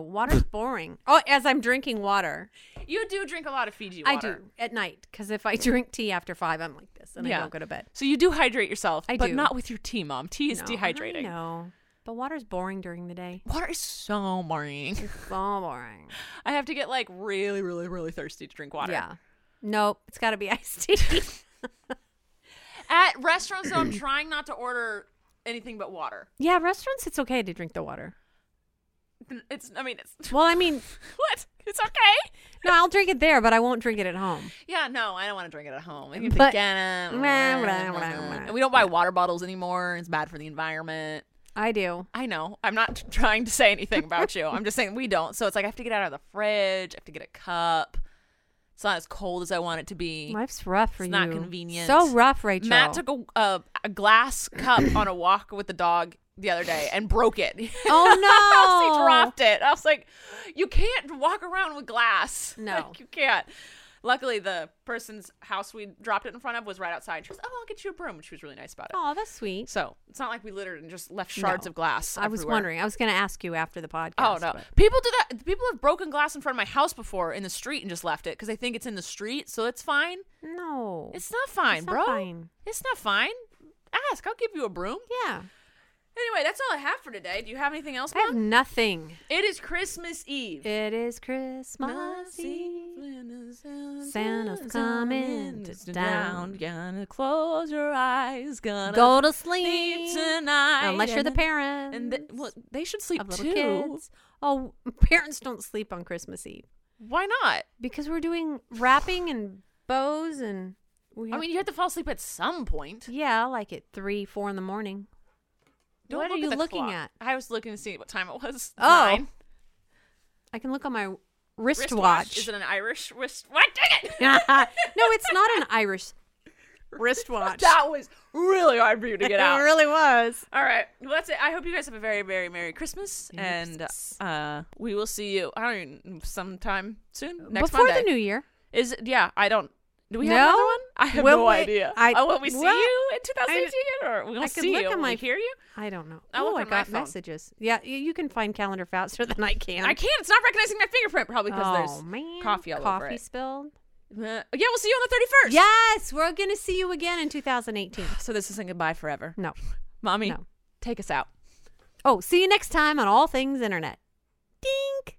[SPEAKER 3] water's boring. Oh, as I'm drinking water,
[SPEAKER 2] You do drink a lot of Fiji water.
[SPEAKER 3] I do at night because if I drink tea after five, I'm like this and
[SPEAKER 2] Yeah.
[SPEAKER 3] I don't go to bed.
[SPEAKER 2] So you do hydrate yourself,
[SPEAKER 3] I
[SPEAKER 2] but
[SPEAKER 3] do.
[SPEAKER 2] not with your tea, mom. Tea is dehydrating.
[SPEAKER 3] No, but water's boring during the day.
[SPEAKER 2] Water is so boring.
[SPEAKER 3] It's so boring.
[SPEAKER 2] I have to get like really, really, really thirsty to drink water.
[SPEAKER 3] Yeah. Nope, it's got to be iced tea.
[SPEAKER 2] At restaurants, though, I'm trying not to order anything but water.
[SPEAKER 3] yeah, restaurants, it's okay to drink the water.
[SPEAKER 2] It's, I mean, it's
[SPEAKER 3] Well, I mean,
[SPEAKER 2] what? It's okay.
[SPEAKER 3] no, I'll drink it there, but I won't drink it at home.
[SPEAKER 2] Yeah, no, I don't want to drink it at home. Maybe if
[SPEAKER 3] But-
[SPEAKER 2] they get it, and we don't buy water bottles anymore. It's bad for the environment.
[SPEAKER 3] I do.
[SPEAKER 2] I know. I'm not trying to say anything about you. I'm just saying we don't. So it's like I have to get out of the fridge. I have to get a cup. It's not as cold as I want it to be.
[SPEAKER 3] Life's rough for
[SPEAKER 2] It's
[SPEAKER 3] you.
[SPEAKER 2] not convenient.
[SPEAKER 3] So rough, Rachel.
[SPEAKER 2] Matt took a, a, a glass cup on a walk with the dog the other day and broke it.
[SPEAKER 3] Oh,
[SPEAKER 2] I was- he
[SPEAKER 3] no.
[SPEAKER 2] dropped it. I was like, you can't walk around with glass.
[SPEAKER 3] No.
[SPEAKER 2] Like, you can't. Luckily, the person's house we dropped it in front of was right outside. She was, oh, I'll get you a broom. She was really nice about it.
[SPEAKER 3] Oh, that's sweet.
[SPEAKER 2] So it's not like we littered and just left shards
[SPEAKER 3] No.
[SPEAKER 2] of glass.
[SPEAKER 3] I was
[SPEAKER 2] everywhere.
[SPEAKER 3] wondering. I was going to ask you after the podcast.
[SPEAKER 2] Oh no!
[SPEAKER 3] but-
[SPEAKER 2] People do that. People have broken glass in front of my house before in the street and just left it because they think it's in the street, so it's fine.
[SPEAKER 3] No.
[SPEAKER 2] It's not fine,
[SPEAKER 3] not
[SPEAKER 2] bro.
[SPEAKER 3] fine.
[SPEAKER 2] It's not fine. Ask. I'll give you a broom.
[SPEAKER 3] yeah.
[SPEAKER 2] Anyway, that's all I have for today. Do you have anything else,
[SPEAKER 3] I have
[SPEAKER 2] Mom?
[SPEAKER 3] nothing.
[SPEAKER 2] It is Christmas Eve.
[SPEAKER 3] It is Christmas Eve. Santa's coming to town.
[SPEAKER 2] Gonna close your eyes. Gonna
[SPEAKER 3] Go to
[SPEAKER 2] sleep
[SPEAKER 3] sleep
[SPEAKER 2] tonight.
[SPEAKER 3] Unless you're
[SPEAKER 2] and
[SPEAKER 3] the
[SPEAKER 2] then-
[SPEAKER 3] parents.
[SPEAKER 2] And th- well, they should sleep
[SPEAKER 3] of little
[SPEAKER 2] too.
[SPEAKER 3] kids. Oh, parents don't sleep on Christmas Eve
[SPEAKER 2] Why not?
[SPEAKER 3] because we're doing wrapping and bows and we
[SPEAKER 2] I mean, you have to fall asleep at some point.
[SPEAKER 3] yeah, like at three, four in the morning.
[SPEAKER 2] Don't
[SPEAKER 3] what
[SPEAKER 2] look
[SPEAKER 3] are you
[SPEAKER 2] the
[SPEAKER 3] looking
[SPEAKER 2] clock.
[SPEAKER 3] at?
[SPEAKER 2] I was looking to see what time it was.
[SPEAKER 3] Oh.
[SPEAKER 2] Nine.
[SPEAKER 3] I can look on my
[SPEAKER 2] Wristwatch.
[SPEAKER 3] wristwatch.
[SPEAKER 2] Is it an Irish wrist? What? Dang it!
[SPEAKER 3] no, it's not an Irish wristwatch.
[SPEAKER 2] that was really hard for you to get out.
[SPEAKER 3] It really was.
[SPEAKER 2] All right. Well, that's it. I hope you guys have a very, very Merry Christmas, and uh, we will see you. I don't even, sometime soon next
[SPEAKER 3] Before
[SPEAKER 2] Monday.
[SPEAKER 3] the new year.
[SPEAKER 2] Is it- yeah. I don't. Do we
[SPEAKER 3] No?
[SPEAKER 2] have another one? I have
[SPEAKER 3] Will
[SPEAKER 2] no
[SPEAKER 3] we-
[SPEAKER 2] idea.
[SPEAKER 3] I-
[SPEAKER 2] oh, will we see
[SPEAKER 3] well,
[SPEAKER 2] you in
[SPEAKER 3] I-
[SPEAKER 2] 2018, or we
[SPEAKER 3] I
[SPEAKER 2] will
[SPEAKER 3] could
[SPEAKER 2] see
[SPEAKER 3] look
[SPEAKER 2] you?
[SPEAKER 3] on
[SPEAKER 2] Will we
[SPEAKER 3] my-
[SPEAKER 2] hear you?
[SPEAKER 3] I don't know.
[SPEAKER 2] I'll
[SPEAKER 3] oh,
[SPEAKER 2] look
[SPEAKER 3] I
[SPEAKER 2] on my
[SPEAKER 3] got
[SPEAKER 2] phone.
[SPEAKER 3] messages. Yeah, y- you can find calendar faster than I can.
[SPEAKER 2] I can't. It's not recognizing my fingerprint probably because
[SPEAKER 3] um, oh
[SPEAKER 2] there's
[SPEAKER 3] man,
[SPEAKER 2] coffee all
[SPEAKER 3] coffee
[SPEAKER 2] over it.
[SPEAKER 3] spilled.
[SPEAKER 2] Uh, yeah, we'll see you on the 31st.
[SPEAKER 3] Yes, we're gonna see you again in 2018.
[SPEAKER 2] So this isn't goodbye forever.
[SPEAKER 3] No.
[SPEAKER 2] Mommy,
[SPEAKER 3] No.
[SPEAKER 2] take us out.
[SPEAKER 3] Oh, see you next time on All Things Internet. Dink.